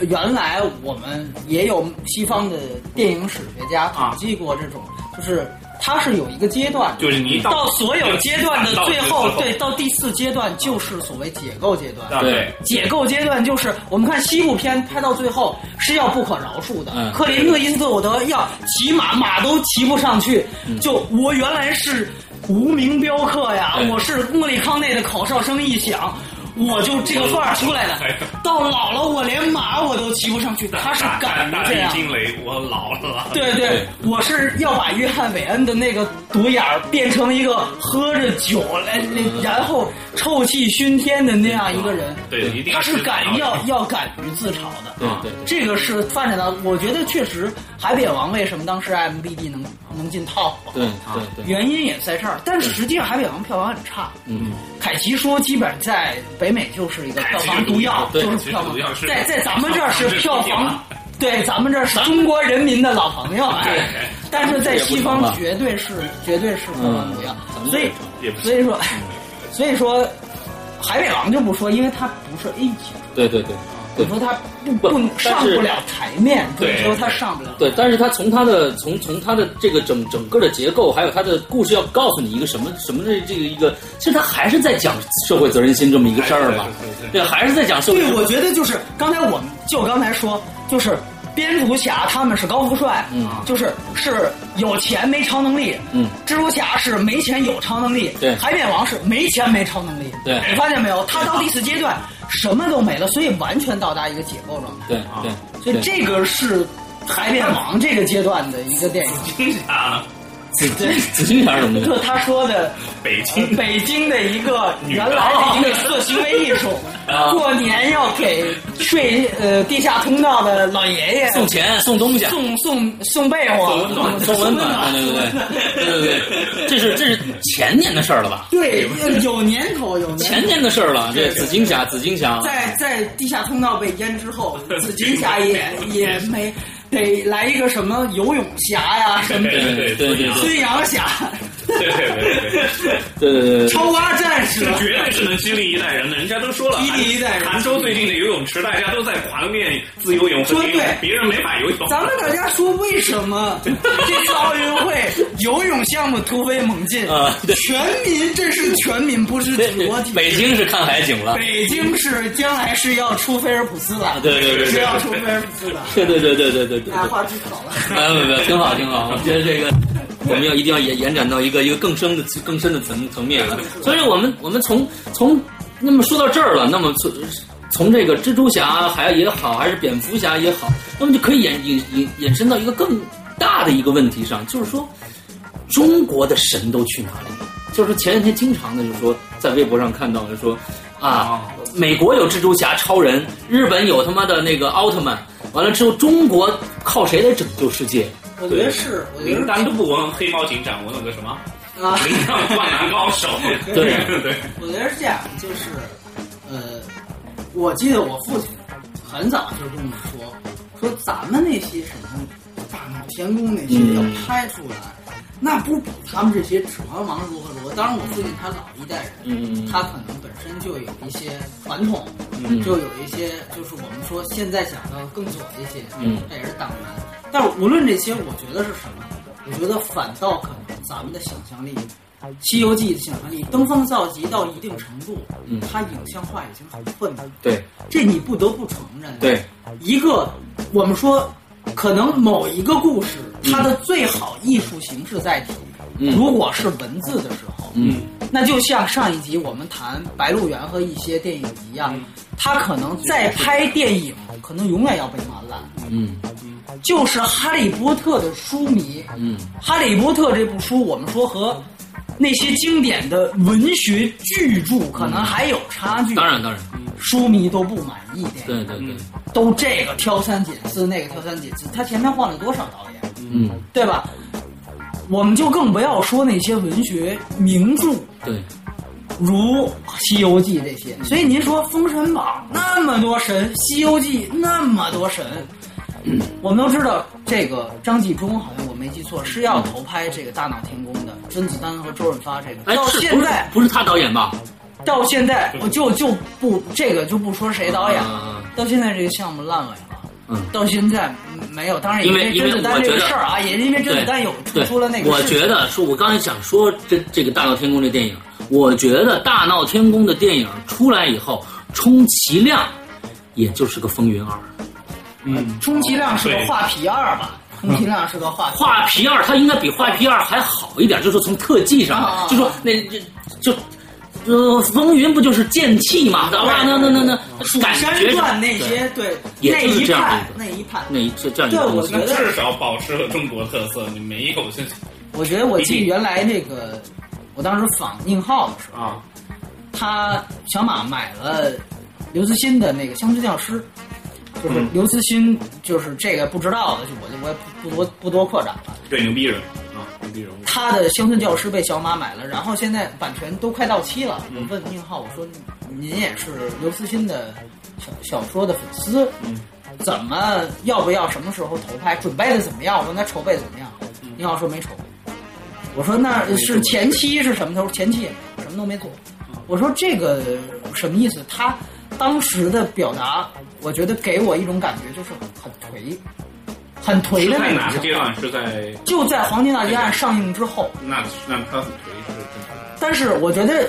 S8: 原来我们也有西方的电影史学家统计过这种，就是它是有一个阶段
S6: 啊
S8: 的，
S6: 就是你一到
S8: 到所有阶段的最
S6: 到
S8: 后
S6: 最，后
S8: 对，到第四阶段就是所谓解构阶段。
S6: 啊对
S8: 解构阶段就是我们看西部片拍到最后是要不可饶恕的，
S5: 嗯
S8: 克林特·伊斯特伍德要骑马马都骑不上去，就我原来是无名镖客呀，
S5: 对
S8: 我是莫里康内的口哨声一响。我就这个范儿出来的
S6: 哎呀。
S8: 到老了，我连马我都骑不上去，他是敢于
S6: 大
S8: 这
S6: 力
S8: 样。
S6: 惊雷，我老了。
S8: 对对，我是要把约翰·韦恩的那个独眼儿变成一个喝着酒来，那然后臭气熏天的那样一个人。
S6: 对，一定
S8: 他是
S6: 是
S8: 敢于要要敢于自嘲的。
S5: 对对对
S8: 这个是发展到，我觉得确实《海biển王》为什么当时 MBD 能能进 top，
S5: 对对对，
S8: 原因也在这儿。但是实际上，《海biển王》票房很差。
S5: 嗯，
S8: 凯奇说，基本在北美就是一个票房毒药，
S5: 对
S8: 就是票
S6: 凯奇毒药
S8: 房
S6: 是。
S8: 在在咱们这儿是票
S6: 是毒药
S8: 房，对，咱们这儿是中国人民的老朋友。哎
S6: 对
S8: 但是在西
S5: 也不成
S8: 方
S5: 吧
S8: 绝对是绝对是票房毒药，
S5: 咱们
S8: 所以
S6: 也不是
S8: 所以说所以说，《海北王》就不说，因为它不是 A 级，
S5: 对对对
S8: 你
S5: 对
S8: 说它不
S5: 不
S8: 不
S5: 但
S8: 上
S5: 是
S8: 不了台面，不
S6: 对
S8: 是说它上不了。
S5: 对，但是他从他的从从他的这个整整个的结构，还有他的故事要告诉你一个什么什么的这个一个，其实他还是在讲社会责任心这么一个事儿嘛
S6: 还是在，
S5: 对，还是在讲社会。
S8: 对，我觉得就是刚才我们就刚才说，就是蝙蝠侠他们是高富帅，啊
S5: 嗯
S8: 就是是有钱没超能力，
S5: 嗯，
S8: 蜘蛛侠是没钱有超能力，
S5: 对
S8: 海扁王是没钱没超能力，
S5: 对
S8: 你发现没有？他到第四阶段什么都没了，所以完全到达一个解构状态，
S5: 对对，
S8: 所以
S5: 对
S8: 这个是海扁王这个阶段的一个电影，
S6: 惊吓
S5: 紫金紫金啥什么
S8: 就
S5: 的，
S8: 是他说的。
S6: 北京
S8: 北京的一个原来的一个色情为艺术，
S5: 啊
S8: 过年要给睡呃地下通道的老爷爷
S5: 送钱送东西。
S8: 送送送被窝，
S5: 送温暖，对
S8: 送
S5: 对
S8: 温暖
S5: 对对 对对，这是这是前年的事儿了吧？
S8: 对对，有年头有年
S5: 前
S8: 头。
S5: 年的事儿了，这紫金侠，紫金侠，
S8: 在在地下通道被淹之后，紫金侠也也没得来一个什么游泳侠呀，什么
S5: 对对对对对
S8: 孙杨侠，
S6: 对对对对，
S5: 对对对，
S8: 超蛙战士
S6: 这，绝对是能激励一代人的。人家都说了，
S8: 激励一代人
S6: 杭州最近的游泳池，大家都在狂练自由泳和蝶泳
S8: 说对
S6: 别人没法游泳。
S8: 咱们大家说为什么这次奥运会游泳项目突飞猛进？
S5: 啊对
S8: 全民这是全民，不是
S5: 对
S8: 只国体。
S5: 北京是看海景了，
S8: 北京是将来是要出菲尔普斯的，
S5: 啊对啊对对对
S8: 是要出菲尔普斯的。
S5: 对对对对对对对
S8: 哎，
S5: 对。
S8: 话题跑了。
S5: 哎，不不，挺好挺好，我觉得这个 我们要一定要延延展到一个一个更深的更深的层层面了。所以我们我们从从那么说到这儿了，那么从从这个蜘蛛侠还也好，还是蝙蝠侠也好，那么就可以衍引引引申到一个更大的一个问题上，就是说中国的神都去哪里？就是前两天经常的就说在微博上看到就说啊，美国有蜘蛛侠、超人，日本有他妈的那个奥特曼，完了之后中国靠谁来拯救世界？
S8: 我觉得是，我觉
S6: 铃铛
S8: 得
S6: 都不闻黑猫警长，闻了个什么？
S8: 啊，
S6: 铃铛灌篮高手。
S5: 对
S6: 对，
S8: 我觉得是这样，就是，呃，我记得我父亲很早就跟我说，说咱们那些什么大闹天宫那些
S5: 嗯
S8: 要拍出来，那不比他们这些指环王如何如何。当然，我父亲他老一代人，
S5: 嗯
S8: 他可能本身就有一些传统，
S5: 嗯
S8: 就有一些就是我们说现在讲到更左一些，
S5: 嗯
S8: 这也是党员。但是无论这些，我觉得是什么？我觉得反倒可能咱们的想象力，《西游记》的想象力登峰造极到一定程度，
S5: 嗯
S8: 它影像化已经很困难，
S5: 对
S8: 这你不得不承认。啊
S5: 对，
S8: 一个我们说，可能某一个故事，它的最好艺术形式载体，
S5: 嗯
S8: 如果是文字的时候，
S5: 嗯，
S8: 那就像上一集我们谈《白鹿原》和一些电影一
S5: 嗯
S8: 样，它可能在拍电影，可能永远要被完烂。
S5: 嗯
S8: 就是《哈利波特》的书迷，
S5: 嗯
S8: 《哈利波特》这部书，我们说和那些经典的文学巨著可能还有差距。
S5: 嗯当然当然，
S8: 书迷都不满意电影，
S5: 对对对，
S8: 都这个挑三拣四，那个挑三拣四。他前面换了多少导演，
S5: 嗯
S8: 对吧？我们就更不要说那些文学名著，
S5: 对，
S8: 如《西游记》这些。
S5: 嗯
S8: 所以您说《封神榜》那么多神，《西游记》那么多神，我们都知道这个张纪中好像我没记错是要投拍这个《大闹天宫》的，甄子丹和周润发这个。
S5: 哎
S8: 到，
S5: 是
S8: 现
S5: 不是
S8: 在，
S5: 不是他导演吧？
S8: 到现在我就就不这个就不说谁导演了
S5: 嗯，
S8: 到现在这个项目烂尾了。
S5: 嗯，
S8: 到现在嗯没有，当然也
S5: 因为
S8: 甄子丹
S5: 因为
S8: 这
S5: 我觉
S8: 个
S5: 得
S8: 事儿啊，也因为甄
S5: 对
S8: 子丹有出
S5: 对
S8: 出了那个
S5: 我
S8: 事情
S5: 觉得说，我刚才想说这这个《大闹天宫》这电影，我觉得《大闹天宫》的电影出来以后，充其量也就是个《风云二》。
S8: 充其量是个
S6: 对
S8: 画皮 二吧，充其量是个画皮二。
S5: 画
S8: 哦
S5: 啊皮二，它应该比画皮二还好一点，就是说从特技上，
S8: 啊
S5: 就说那这就呃，风云不就是剑气嘛？啊，那那那那
S8: 蜀
S5: 感
S8: 山
S5: 觉上
S8: 传那些对
S5: 也
S8: 那
S5: 就是
S8: 一
S5: 这样的
S8: 派
S5: 一个
S8: 那一派，
S5: 那一这这样一个
S8: 对
S5: 东
S8: 我
S5: 西
S8: 觉，得
S6: 至少保持了中国特色，你没有这
S8: 我觉得我
S6: 毕
S8: 记
S6: 竟
S8: 原来那个，我当时仿宁浩的时候，
S6: 啊，
S8: 他小马买了刘慈欣的那个《乡村教师》，就是
S5: 嗯
S8: 刘慈欣就是这个不知道的，就我就我也不不多不多扩展了。
S6: 对牛逼人啊，牛逼人物。
S8: 他的《乡村教师》被小马买了，然后现在版权都快到期了。我问宁浩，我说您也是刘慈欣的小小说的粉丝，怎么要不要什么时候投拍？准备的怎么样？我问他筹备怎么样？宁浩说没筹备。我说那是前期是什么？他说前期也没有什么都没做。我说这个什么意思？他当时的表达，我觉得给我一种感觉就是很颓，很颓
S6: 是
S8: 的
S6: 在
S8: 那
S6: 哪个
S8: 种
S6: 阶
S8: 状
S6: 段？
S8: 态。
S6: 是在
S8: 就在《黄金大劫案》上映之后，
S6: 那那他很颓是正常的。
S8: 但是我觉得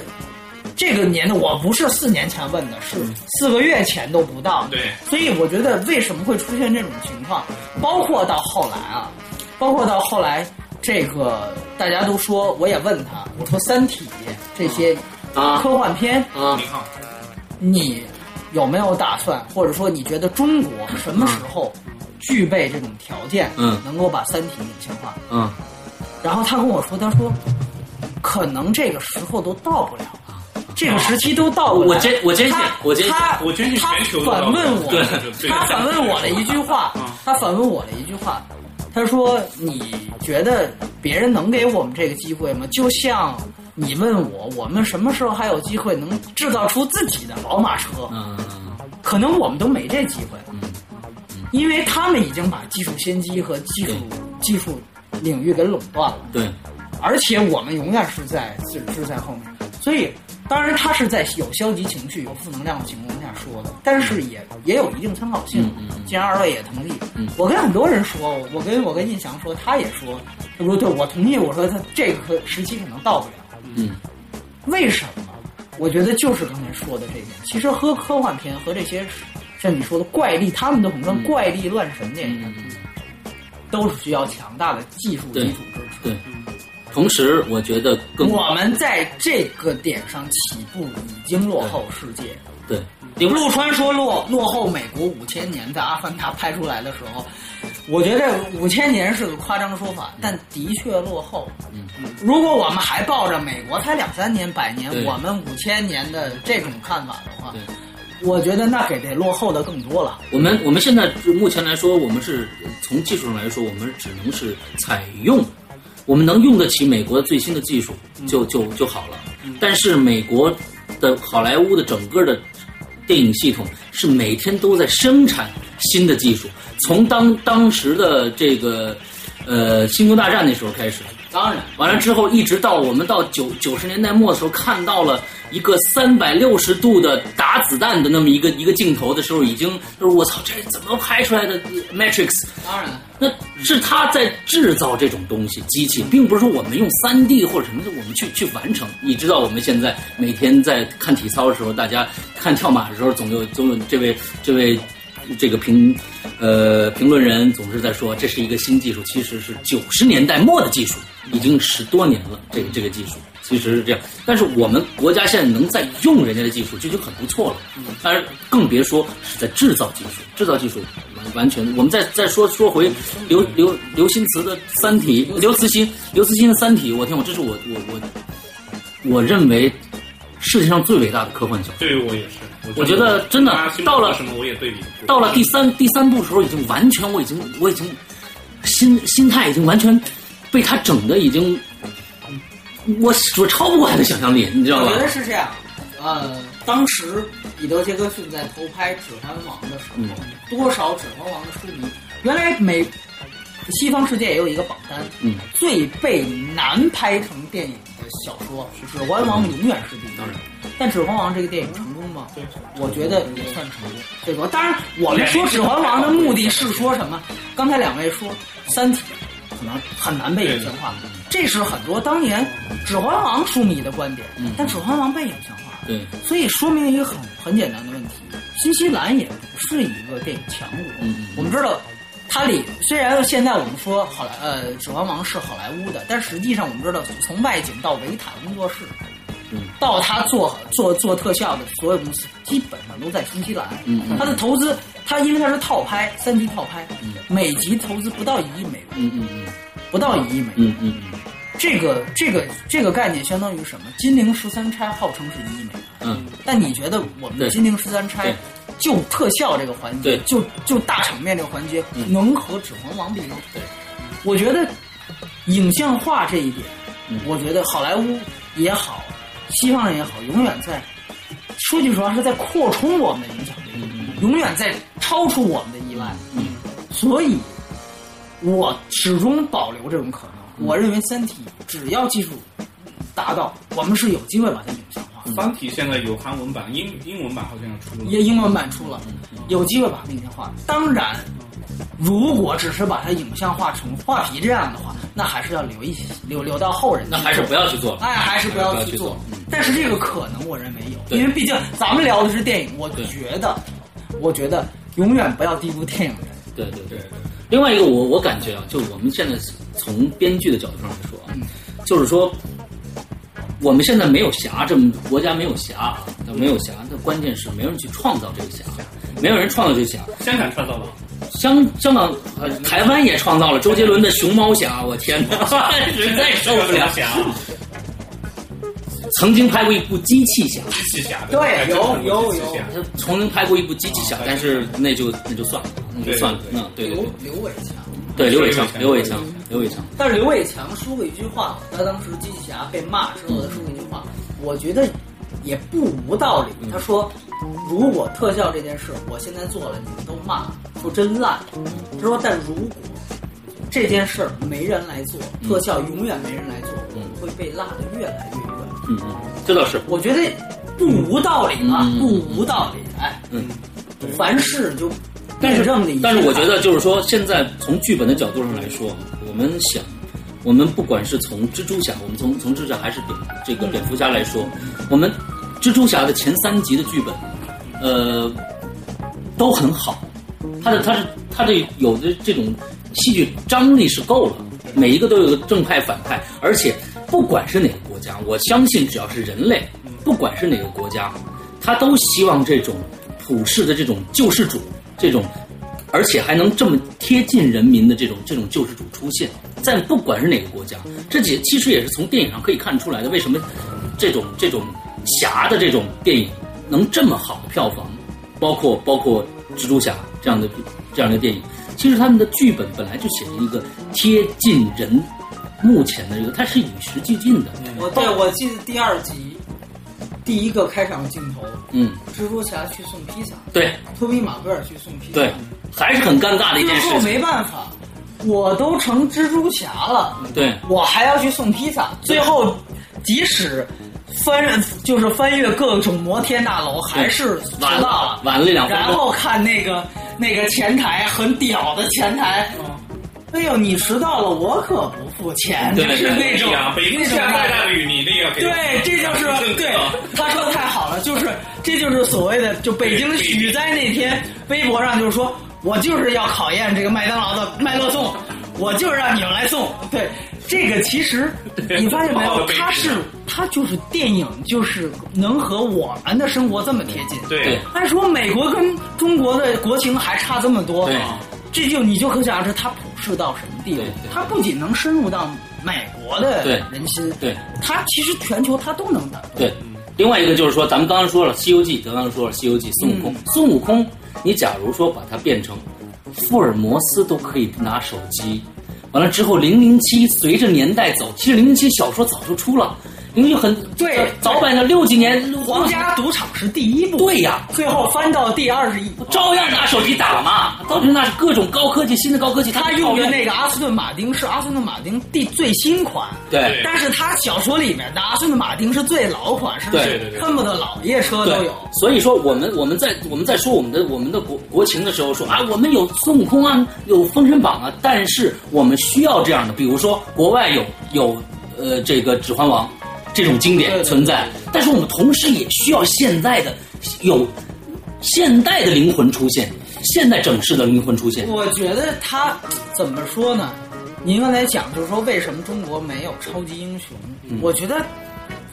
S8: 这个年的我不是四年前问的，是
S5: 嗯
S8: 四个月前都不到。
S6: 对
S8: 所以我觉得为什么会出现这种情况，包括到后来啊，包括到后来，这个大家都说，我也问他，我说《三体》这些
S5: 啊
S8: 科幻片，
S5: 啊
S6: 你，看，
S8: 你有没有打算，或者说你觉得中国什么时候具备这种条件，
S5: 嗯
S8: 能够把《三体》影像化？
S5: 嗯，
S8: 然后他跟我说，他说可能这个时候都到不了了，这个时期都到不了。
S5: 我坚我坚信
S8: 他
S5: 我坚信
S8: 他
S6: 我坚信
S8: 他
S6: 全球都
S8: 反
S6: 到不了
S8: 问我
S6: 对对
S8: 他反问我的一句话
S6: 嗯，
S8: 他反问我的一句话，他说：“你觉得别人能给我们这个机会吗？”就像。你问我，我们什么时候还有机会能制造出自己的宝马车？
S5: 嗯嗯
S8: 可能我们都没这机会，
S6: 嗯
S8: 因为他们已经把技术先机和技术技术领域给垄断了。
S5: 对，
S8: 而且我们永远是在是是在后面，所以当然他是在有消极情绪、有负能量的情况下说的，但是
S5: 嗯
S8: 也也有一定参考性。既然二位也同意，我跟很多人说，我我跟我跟印翔说，他也说，他说对我同意，我说他这个时期可能到不了。
S5: 嗯，
S8: 为什么？我觉得就是刚才说的这一点。其实和科幻片和这些像你说的怪力，他们都很
S5: 嗯
S8: 像怪力乱神那种，都是需要强大的技术基础支持。
S5: 对。同时，我觉得更
S8: 我们在这个点上起步已经落后世界。
S5: 对，你不
S8: 陆川说落落后美国五千年，在《阿凡达》拍出来的时候，我觉得五千年是个夸张说法，但的确落后。嗯，如果我们还抱着美国才两三年、百年
S5: 对，
S8: 我们五千年的这种看法的话
S5: 对，
S8: 我觉得那给这落后的更多了。
S5: 我们我们现在目前来说，我们是呃从技术上来说，我们只能是采用，我们能用得起美国最新的技术就就就好了。但是美国的好莱坞的整个的电影系统是每天都在生产新的技术，从当当时的这个呃《星球大战》那时候开始，
S8: 当然，
S5: 完了之后，一直到我们到九九十年代末的时候，看到了一个三百六十度的打子弹的那么一个一个镜头的时候，已经就是我操，这怎么拍出来的呃 Matrix？
S8: 当然，
S5: 那是他在制造这种东西，机器，并不是说我们用三 D 或者什么的，我们去去完成。你知道，我们现在每天在看体操的时候，大家看跳马的时候，总有总有这位这位这个评呃评论人总是在说这是一个新技术，其实是九十年代末的技术，已经十多年了。这个这个技术其实是这样，但是我们国家现在能在用人家的技术，这就很不错了。
S8: 嗯
S5: 当然，更别说是在制造技术，制造技术完完全，我们再再说说回刘刘刘新慈的《三体》，刘慈欣刘慈欣的《三体》，我天，我这是我我我我认为世界上最伟大的科幻小说。
S6: 对于我也是，
S5: 我觉得真的
S6: 他新
S5: 到了
S6: 什么我也对比过
S5: 到了第三第三部的时候，已经完全，我已经我已经心心态已经完全被他整的已经，我我超不过他的想象力，你知道
S8: 我
S5: 吧
S8: 觉？得是这样。呃，当时彼得·杰克逊在投拍《指环王》的时候，
S5: 嗯
S8: 多少《指环王》的书迷，原来美西方世界也有一个榜单，
S5: 嗯，
S8: 最被难拍成电影的小说，《指环王》永远是第一。但《指环王》这个电影成功吗？我觉得也算成功，对吧？当然，我们说《指环王》的目的是说什么？刚才两位说《三体》可能很难被影像化，这是很多当年《指环王》书迷的观点。但《指环王》被影像化了，
S5: 嗯对，
S8: 所以说明一个很很简单的问题：新西兰也不是一个电影强国。
S5: 嗯
S8: 我们知道，它里虽然现在我们说好莱呃《指环王》是好莱坞的，但实际上我们知道，从外景到维塔工作室，
S5: 嗯
S8: 到他做做做特效的所有公司，基本上都在新西兰。
S5: 嗯
S8: 他的投资，他因为他是套拍，三集套拍，每集投资不到一亿美元，
S5: 嗯嗯嗯
S8: 不到一亿美元。
S5: 嗯嗯嗯
S8: 这个这个这个概念相当于什么？金陵十三钗号称是一亿美元，
S5: 嗯，
S8: 但你觉得我们的
S5: 对
S8: 金陵十三钗
S5: 对，
S8: 就特效这个环节
S5: 对，嗯
S8: 就就大场面这个环节，能和《指环王》比吗？对，我觉得影像化这一点，
S5: 嗯
S8: 我觉得好莱坞也好，西方人也好，永远在说句实话是在扩充我们的影响
S5: 嗯
S8: 力，永远在超出我们的意外，所以我始终保留这种可
S5: 嗯
S8: 能。我认为《三体》只要技术达到，我们是有机会把它影像化。
S5: 嗯
S6: 《三体》现在有韩文版，英英文版好像要出了。
S8: 也英文版出了，
S5: 嗯
S8: 有机会把它影像化。当然，如果只是把它影像化成画皮这样的话，那还是要留一留留到后人。
S5: 那还是不要去做了。
S8: 哎，还是不要去做。嗯但是这个可能，我认为有，因为毕竟咱们聊的是电影，我
S5: 对
S8: 觉得，我觉得永远不要低估电影人。
S5: 对对对
S6: 对。
S5: 另外一个我，我感觉啊，就我们现在从编剧的角度上来说啊，就是说，我们现在没有侠这么国家没有侠啊，那没有侠，那关键是没有人去创造这个侠，没有人创造这个侠。
S6: 香港创造了，
S5: 香香港、呃、台湾也创造了周杰伦的熊猫侠，我天哪，实在受不了。
S6: 侠，
S5: 曾经拍过一部《机器侠》，
S6: 机器侠，
S8: 对有有有
S5: 他曾经拍过一部《机器侠》，但是那就那就算了，那就算了，那对对
S8: 刘
S5: 对
S8: 刘伟强，
S5: 对，刘伟强，嗯
S6: 刘
S5: 刘
S6: 伟
S5: 伟
S6: 强
S5: 强，刘伟强，
S8: 但是刘伟强说过一句话，他当时机器侠被骂之后，他说过一句话，我觉得也不无道理。他说，如果特效这件事我现在做了，你们都骂说真烂，他说，但如果这件事儿没人来做，特效永远没人来做，我们会被落得越来越远。
S5: 嗯嗯，这倒是，
S8: 我觉得不无道理啊，不无道理。哎，
S5: 嗯，
S8: 凡事就
S5: 但
S8: 辩
S5: 是
S8: 证的一些看，
S5: 但是我觉得就是说，现在从剧本的角度上来说，我们想，我们不管是从蜘蛛侠，我们从从蜘蛛侠还是蝙这个蝙蝠侠来说，我们蜘蛛侠的前三集的剧本，呃，都很好，他的他是他的有的这种戏剧张力是够了，每一个都有个正派反派，而且不管是哪个国家，我相信只要是人类，不管是哪个国家，他都希望这种普世的这种救世主，这种而且还能这么贴近人民的这种这种救世主出现，在不管是哪个国家，这也其实也是从电影上可以看出来的，为什么这种这种侠的这种电影能这么好的票房，包括包括蜘蛛侠这样的这样的电影，其实他们的剧本本来就写了一个贴近人目前的这个，它是与时俱进的，
S8: 我对我记得第二集第一个开场镜头，
S5: 嗯，
S8: 蜘蛛侠去送披萨，
S5: 对
S8: 托比马奎尔去送披萨，
S5: 对，还是很尴尬的一件
S8: 最
S5: 事
S8: 后
S5: 情，
S8: 没办法，我都成蜘蛛侠了，
S5: 对。
S8: 我还要去送披萨，最后即使。翻就是翻越各种摩天大楼，还是迟到
S5: 晚
S8: 了，
S5: 晚了两分钟
S8: 然后看那个那个前台很屌的前台，
S5: 嗯
S8: 哎呦，你迟到了，我可不付钱，就
S5: 对
S8: 是
S5: 对
S8: 那种
S6: 啊，北京
S8: 那种
S6: 下
S8: 态
S6: 大
S8: 度
S6: 下雨，你这个给
S8: 对，这就是对他说的太好了，就是这就是所谓的就北京雨灾那天，微博上就是说我就是要考验这个麦当劳的麦乐送，我就是让你们来送。对，这个其实你发现没有，它是它就是电影，就是能和我们的生活这么贴近。
S6: 对
S5: 对
S8: 按说美国跟中国的国情还差这么多
S5: 对，
S8: 这就你就可想而知它普世到什么地步
S5: 对对。
S8: 它不仅能深入到美国的
S5: 对
S8: 人心，
S5: 对
S8: 它其实全球它都能打动。
S5: 对，另外一个就是说，咱们刚刚说了《西游记》，刚刚说了《西游记》，孙悟空，
S8: 嗯
S5: 孙悟空，你假如说把它变成福尔摩斯都可以拿手机，完了之后，《零零七》随着年代走，其实《零零七》小说早就出了，因为很
S8: 对
S5: 早版的六几年
S8: 皇家赌场是第一部，
S5: 对呀
S8: 最后翻到第二十一，
S5: 照样拿手机打嘛，到底那是各种高科技，新的高科技，
S8: 他用的那个阿斯顿马丁是阿斯顿马丁第最新款，
S5: 对
S8: 但是他小说里面的阿斯顿马丁是最老款，是
S5: 对
S6: 对对
S8: 恨不得老爷车都
S5: 对
S8: 有。，
S5: 所以说我们我们在我们在说我们的我们的国国情的时候说啊，我们有孙悟空啊，有封神榜啊，但是我们需要这样的，比如说国外有有呃这个《指环王》这种经
S8: 对
S5: 典
S8: 对
S5: 存在，但是我们同时也需要现在的有现代的灵魂出现，现代整式的灵魂出现，
S8: 我觉得他怎么说呢？
S5: 嗯
S8: 您刚才讲就是说为什么中国没有超级英雄？我觉得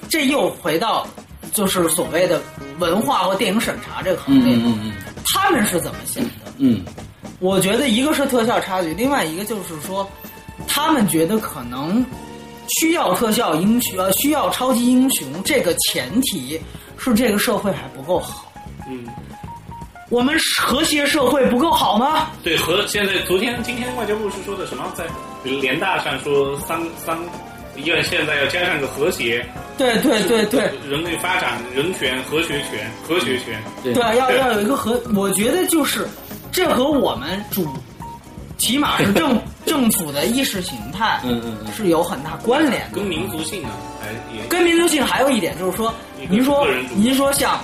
S8: 这又回到就是所谓的文化或电影审查这个行业，
S5: 嗯
S8: 他们是怎么想的？
S5: 嗯
S8: 我觉得一个是特效差距，另外一个就是说，他们觉得可能需要特效英雄，呃，需要超级英雄，这个前提是这个社会还不够好。
S6: 嗯，
S8: 我们和谐社会不够好吗？
S6: 对，和现在昨天今天外交部是说的什么，在联大上说三三，要现在要加上个和谐，
S8: 对对对对，
S6: 人类发展、人权、和学权、和学权，
S5: 对啊
S8: 对，啊要要有一个和，我觉得就是这和我们主，起码是 政政府的意识形态，
S5: 嗯嗯嗯
S8: 是有很大关联的
S6: 跟。民族性啊，还也
S8: 跟民族性还有一点就是说，
S6: 一个
S8: 您说
S6: 个人主义
S8: 您说像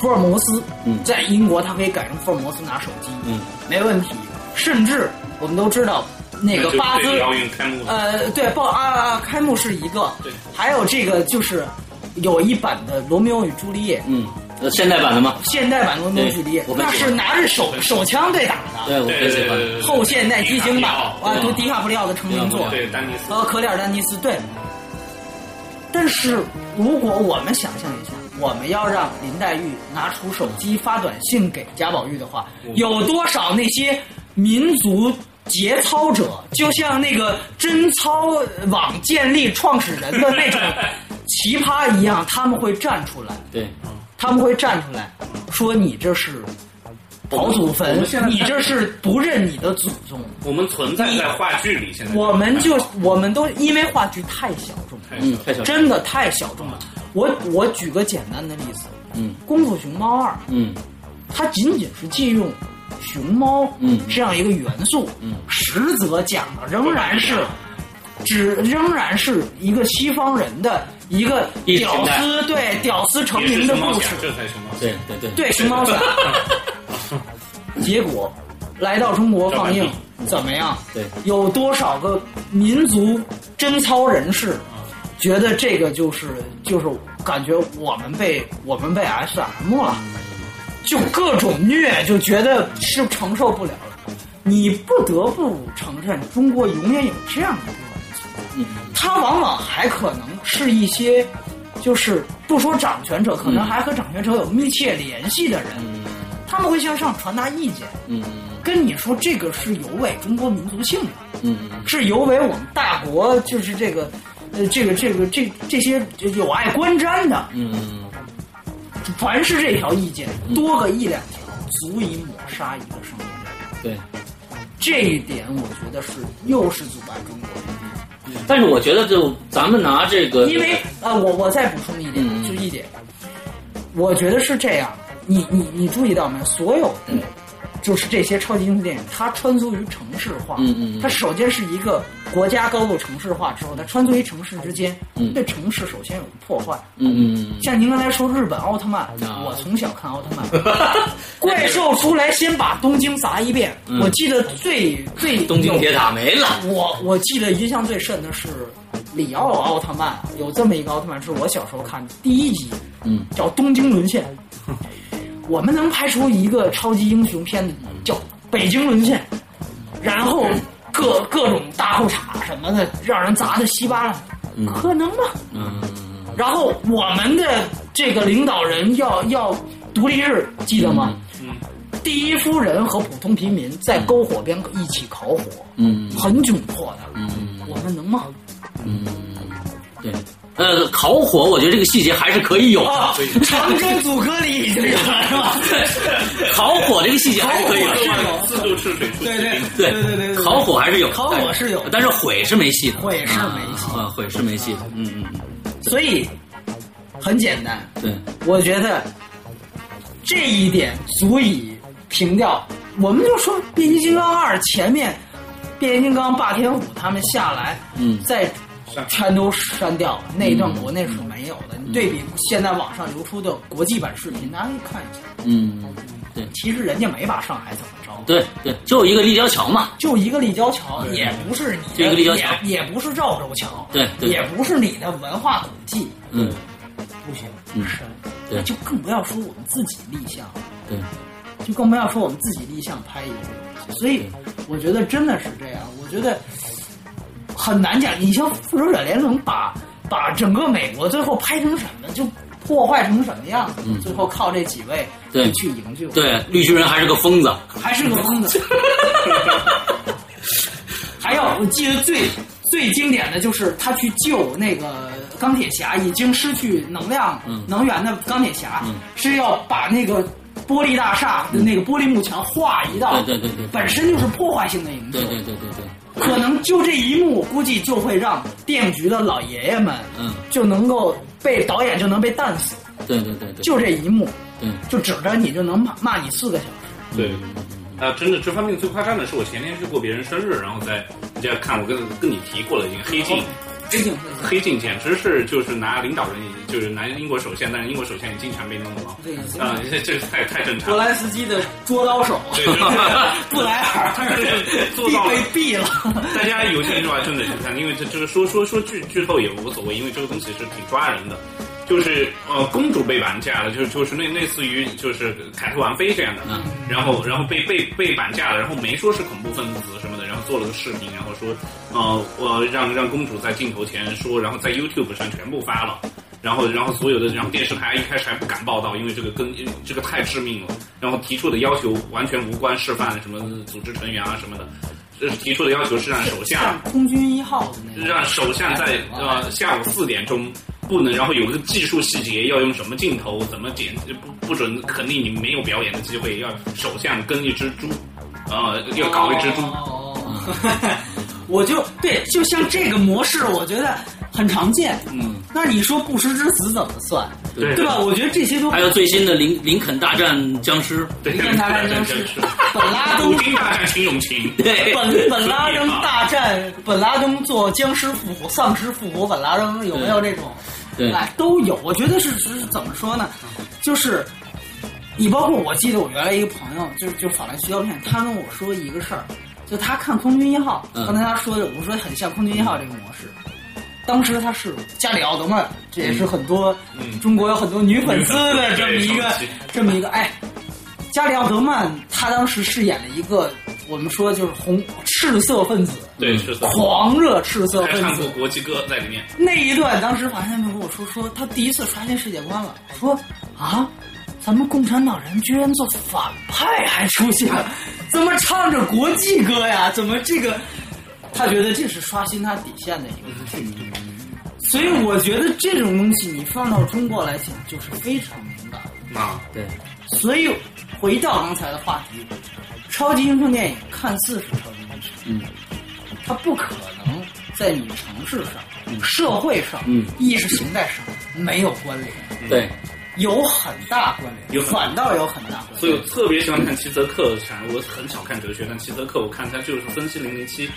S8: 福尔摩斯，
S5: 嗯
S8: 在英国他可以改成福尔摩斯拿手机，
S5: 嗯，
S8: 没问题。甚至我们都知道那个
S6: 就
S8: 巴
S6: 对
S8: 兹，
S6: 奥运开幕了，
S8: 呃，对，报啊啊，开幕是一个，
S6: 对
S8: 还有这个就是有一版的《罗密欧与朱丽叶》，
S5: 嗯，呃现代版的吗？
S8: 现代版的《罗密欧与朱丽叶
S5: 对》，我
S8: 那
S5: 很喜欢
S8: 是拿着手手枪对打的，
S5: 对，我
S6: 对呃
S5: 很
S6: 对
S5: 喜
S6: 对
S5: 欢。
S6: 对对，
S8: 后现代激情版
S6: 奥，
S8: 啊，
S5: 对
S8: 读迪卡普里奥的成名作，
S6: 对丹尼斯
S8: 呃，可里尔丹尼斯对。但是如果我们想象一下，我们要让林黛玉拿出手机发短信给贾宝玉的话，有多少那些民族节操者，就像那个贞操网建立创始人的那种奇葩一样，他们会站出来，
S5: 对，
S8: 他们会站出来说你这是刨祖
S6: 我
S8: 坟
S6: 们现在，
S8: 你这是不认你的祖宗。
S6: 我们存在在话剧里，现在
S8: 我们就我们都因为话剧太小众了，
S5: 嗯，太小了。
S8: 真的太小众了。我我举个简单的例子，
S5: 嗯
S8: 《功夫熊猫二》
S5: 嗯
S8: 它仅仅是借用熊猫
S5: 嗯
S8: 这样一个元素，实则讲的仍然是。只仍然是一个西方人的一个
S5: 意识
S8: 屌
S5: 形态
S8: 丝对屌丝成
S6: 也是
S8: 名的
S6: 熊猫
S8: 故
S6: 侠
S8: 事，，
S6: 这才熊猫侠，
S5: 对对对，
S8: 对熊猫侠，结果来到中国放映
S6: 照
S8: 怎么样？
S5: 对
S8: 有多少个民族贞操人士觉得这个就是就是感觉我们被我们被 S M 了，就各种虐，就觉得是承受不了了。你不得不承认，中国永远有这样一个他往往还可能是一些，就是不说掌权者，可能还和掌权者有密切联系的人，他们会向上传达意见，
S5: 嗯
S8: 跟你说这个是有违中国民族性的，
S5: 嗯嗯
S8: 是有违我们大国就是这个，呃，这个这个这这些有碍观瞻的，
S5: 嗯
S8: 凡是这条意见多个一两条，足以抹杀一个生命。
S5: 嗯，对。
S8: 这一点，我觉得是又是阻碍中国人
S5: 但是我觉得，就咱们拿这个，
S8: 因为呃，我我再补充一点，
S5: 嗯嗯
S8: 就一点，我觉得是这样。你你你注意到没有？所有
S5: 嗯
S8: 的就是这些超级英雄电影，它穿梭于城市化，
S5: 嗯嗯嗯
S8: 它首先是一个国家高度城市化之后，它穿梭于城市之间，
S5: 嗯
S8: 对城市首先有破坏。
S5: 嗯嗯
S8: 像您刚才说日本奥特曼，
S5: 啊
S8: 我从小看奥 特曼，怪兽出来先把东京砸一遍。
S5: 嗯
S8: 我记得最最
S5: 嗯，东京铁塔没了。
S8: 我我记得印象最深的是里奥奥特曼，有这么一个奥特曼，是我小时候看的第一集，
S5: 嗯，
S8: 叫《东京沦陷》。 我们能拍出一个超级英雄片叫《北京沦陷》，然后各各种大裤衩什么的，让人砸的稀巴烂，可能吗？
S5: 嗯
S8: 然后我们的这个领导人要要独立日，记得
S5: 嗯
S8: 吗？第一夫人和普通平民在篝火边一起烤火，
S5: 嗯
S8: 很窘迫的。我们能吗？嗯
S5: 对。呃，烤火，我觉得这个细节还是可以有
S8: 啊
S5: 的。
S8: 长征组歌里已经有了是吧？
S5: 烤火这个细节还是可以有
S8: 烤火是有
S5: 的。
S6: 自度赤水出奇
S8: 对
S6: 兵
S8: 对，
S5: 对
S8: 对对对对，
S5: 烤火还是有的，
S8: 烤火是有的
S5: 但是毁是没戏的，
S8: 毁是没戏
S5: 啊，毁是没戏的。嗯嗯嗯，
S8: 所以很简单，
S5: 对，
S8: 我觉得这一点足以平掉。我们就说《变形金刚二》前面，变形金刚霸天虎他们下来，
S5: 嗯
S8: 在全都删掉了，那一段国内是没有的。你对比现在网上流出的国际版视频，大家可以看一下，
S5: 嗯，对
S8: 其实人家没把上海怎么着。
S5: 对对，就一个立交桥嘛。
S8: 就一个立交桥，也不是你的，
S5: 就一个立交桥
S8: 也也不是赵州桥，
S5: 对对
S8: 也不是你的文化轨迹，
S5: 嗯，
S8: 不行，
S5: 嗯
S8: 深，
S5: 对
S8: 就更不要说我们自己立项，
S5: 对，
S8: 就更不要说我们自己立项拍一个，所以我觉得真的是这样，我觉得很难讲。你像《复仇者联盟》把把整个美国最后拍成什么，就破坏成什么样子，最后靠这几位
S5: 嗯对
S8: 去营救，，
S5: 对，绿巨人还是个疯子，
S8: 还是个疯 子。还有，我记得最最经典的就是他去救那个钢铁侠，已经失去能量、
S5: 嗯
S8: 能源的钢铁侠，是要把那个玻璃大厦的那个玻璃幕墙画一道，
S5: 嗯对对对对
S8: 本身就是破坏性的营救，
S5: 对对对对对，
S8: 可能就这一幕，估计就会让电影局的老爷爷们，
S5: 嗯，
S8: 就能够被导演就能被淡死，
S5: 对对对对，
S8: 就这一幕，
S5: 对，
S8: 就指着你就能骂骂你四个小时。
S6: 对，啊，真的，这方面最夸张的是我前天去过别人生日，然后在你这看，我跟跟你提过了，已经黑镜。
S8: 哦黑镜，
S6: 黑镜简直是就是拿领导人，就是拿英国首相，但是英国首相也经常被弄了嘛。
S8: 对
S6: 啊，这这太太正常
S8: 波
S6: 了。
S8: 兰斯基的捉刀手
S6: 对对对，
S8: 布莱尔
S6: 做到了
S8: 被毙 了。
S6: 大家有兴趣的话，真的去看，因为这这个说说说剧剧透也无所谓，因为这个东西是挺抓人的。就是呃，公主被绑架了，就是就是那类似于就是凯特王妃这样的，然后然后被被被绑架了，然后没说是恐怖分子什么的，然后做了个视频，然后说呃我让让公主在镜头前说，然后在 YouTube 上全部发了。然后，然后所有的，然后电视台一开始还不敢报道，因为这个跟这个太致命了。然后提出的要求完全无关示范什么组织成员啊什么的，这提出的要求是让首相
S8: 像空军一号的那个，
S6: 让首相在呃下午四点钟不能，然后有个技术细节要用什么镜头，怎么剪，不不准肯定你没有表演的机会，要首相跟一只猪，呃，要搞一只猪。
S8: 哦我就对，就像这个模式，我觉得很常见。
S5: 嗯，
S8: 那你说不时之子怎么算？
S6: 对
S8: 对吧？我觉得这些都
S5: 还有最新的林林肯大战僵尸，
S6: 对，
S8: 你看他们就是 本拉
S6: 普
S8: 登
S6: 京大战秦俑 情，
S5: 对
S8: 本本拉登大战本拉登做僵尸复活、丧尸复活，本拉登有没有这种？
S5: 对
S8: 哎，都有。我觉得是是怎么说呢？就是你包括我记得我原来一个朋友，就是就法兰西胶片，他跟我说一个事儿，就他看《空军一号》，
S5: 嗯
S8: 刚才他说的，我说很像《空军一号》这个模式。当时他是加里奥德曼，这也是很多、
S6: 嗯
S8: 中国有很多女粉丝的这么一
S6: 对
S8: 个
S6: 手机
S8: 这么一个哎，加里奥德曼他当时饰演了一个我们说就是红赤色分子，
S6: 对，是的，
S8: 狂热赤色
S6: 还
S8: 分
S6: 唱
S8: 子
S6: 过，国际歌在里面。
S8: 那一段，当时法先生跟我说，说他第一次刷新世界观了，说啊，咱们共产党人居然做反派还出现，怎么唱着国际歌呀？怎么这个？他觉得这是刷新他底线的一个事情。所以我觉得这种东西你放到中国来讲，就是非常敏感。
S6: 啊，
S5: 对，
S8: 所以回到刚才的话题，超级英雄电影看似是超级英雄，
S5: 嗯，
S8: 它不可能在你城市上、社会上、
S5: 嗯
S8: 意识形态上没有关联，
S5: 对，
S8: 有很大关联，
S6: 有很
S8: 反倒有很大关
S6: 所以我
S8: 联。
S6: 特别喜欢看齐泽克，想我很少看哲学，但齐泽克我看他就是分析零零七，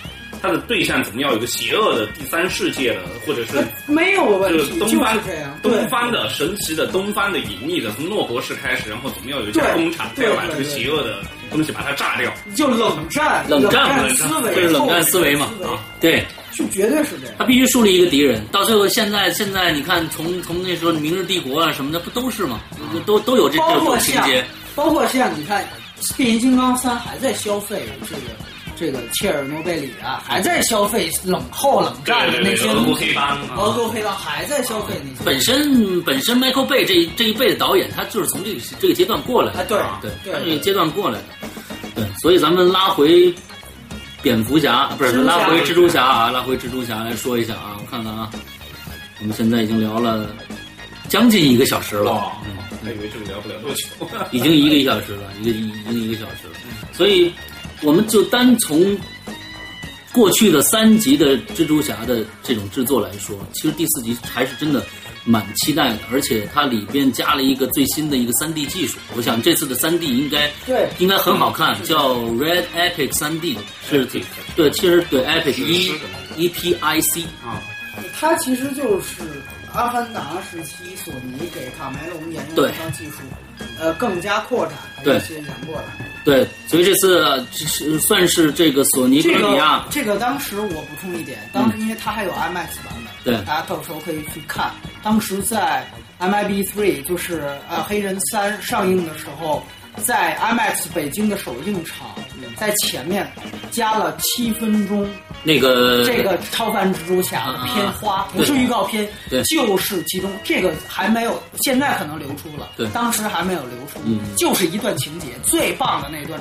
S6: 他的对象怎么样有一个邪恶的第三世界的，或者是
S8: 没有问
S6: 这个
S8: 题， 就
S6: 东方
S8: 是这样。对
S6: 东，方的神奇的东方的隐秘的，从诺博士开始，然后怎么样有一
S8: 对
S6: 家工厂，
S8: 对
S6: 再把
S8: 对
S6: 这个
S8: 对
S6: 邪恶的东西把它炸掉。
S8: 就冷战，
S5: 冷战
S8: 战
S5: 冷
S8: 思
S5: 战
S8: 维，
S5: 这是冷战思维嘛啊
S8: 后冷战思
S5: 对
S8: 维就绝对是这样
S5: 他。必须树立一个敌人，到最后现在现在你看从从那时候明日帝国啊什么的不都是吗？
S8: 嗯
S5: 都都有这
S8: 包
S5: 这
S8: 括
S5: 种情
S8: 像
S5: 节，
S8: 包括像你看，《变形金刚三》还在消费这个这个切尔诺贝里啊，还在消费冷后冷战的
S6: 对对对，
S8: 那些
S6: 俄国
S8: 东
S6: 黑
S8: 西，
S6: 帮，
S8: 俄国黑帮啊还在消费那些
S5: 嗯本身本身 Michael Bay 这一这一辈的导演，他就是从这个这个阶段过来
S8: 啊，
S5: 的，
S8: 对
S5: 对，他这个
S8: 对
S5: 阶段过来的，对，所以咱们拉回蝙蝠侠，不
S8: 蜘
S5: 是
S8: 蛛侠
S5: 拉回蜘蛛侠啊，拉回蜘蛛侠来说一下啊，我看看啊，我们现在已经聊了将近一个小时了
S6: 哇，，嗯他以为这个聊不了多久。
S5: 已经一个一小时了，一个已经一个小时了，所以我们就单从过去的三集的蜘蛛侠的这种制作来说，其实第四集还是真的蛮期待的，而且它里边加了一个最新的一个三 D 技术，我想这次的三 D 应该
S8: 对
S5: 应该很好看，叫 Red Epic 三 D，是对，其实对 Epic 一 E P I C，
S6: 啊，
S8: 它其实就是《阿凡达》时期索尼给卡梅隆沿用
S5: 对
S8: 这项技术，呃，更加扩展的一些原过来。
S5: 对，所以这次啊这是算是这个索尼哥啊
S8: 这
S5: 伦比亚
S8: 个。这个当时我补充一点，当时因为它还有 IMAX 版本，
S5: 对
S8: 大家到时候可以去看。当时在 MIB Three 就是呃黑人三上映的时候，在 IMAX 北京的首映场，在前面加了七分钟
S5: 那个
S8: 这个超凡蜘蛛侠的片花
S5: 啊
S8: 不是
S5: 对
S8: 预告片
S5: 对，
S8: 就是其中这个还没有，现在可能流出了，
S5: 对
S8: 当时还没有流出
S5: 嗯，
S8: 就是一段情节，最棒的那段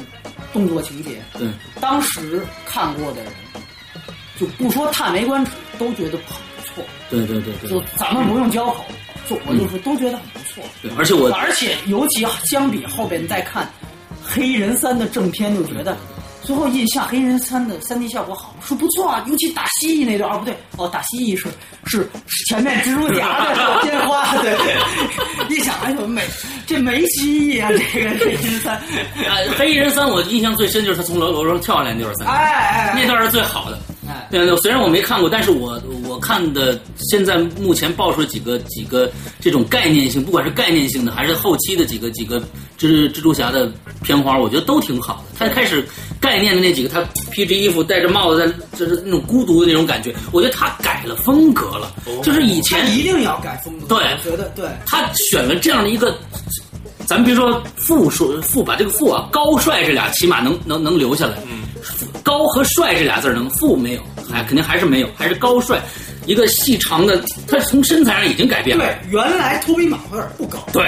S8: 动作情节，
S5: 对
S8: 当时看过的人就不说叹为观止，都觉得很不错，
S5: 对对对嗯对
S8: 就咱们不用交口，就我就说都觉得很不错，
S5: 对，而且我
S8: 而且尤其相比后边再看《黑人三》的正片，就觉得最后印象《黑人三》的三 D 效果好，说不错啊，尤其打蜥蜴那段，哦不对，哦打蜥蜴是是是前面蜘蛛侠的片花，对对，一想哎呦没这没蜥蜴啊，这个《黑人三》，
S5: 呃黑衣人三我印象最深就是他从楼楼上跳下来那段三，
S8: 哎哎
S5: 那
S8: 哎
S5: 段是最好的。
S8: 哎，
S5: 对，虽然我没看过，但是我我看的现在目前爆出了几个几个这种概念性，不管是概念性的还是后期的几个几个蜘蜘蛛侠的片花，我觉得都挺好的。他开始概念的那几个，他披着衣服戴着帽子，在就是那种孤独的那种感觉，我觉得他改了风格了，就是以
S8: 哦他
S5: 前
S8: 一定要改风格，
S5: 对
S8: 我觉得对。
S5: 他选了这样的一个，咱别说富说富吧，这个富啊，高帅这俩起码能能能留下来。
S8: 嗯
S5: 高和帅这俩字儿能，富没有，还肯定还是没有，还是高帅，一个细长的，他从身材上已经改变了。
S8: 对，原来托比马奎尔不高，
S5: 对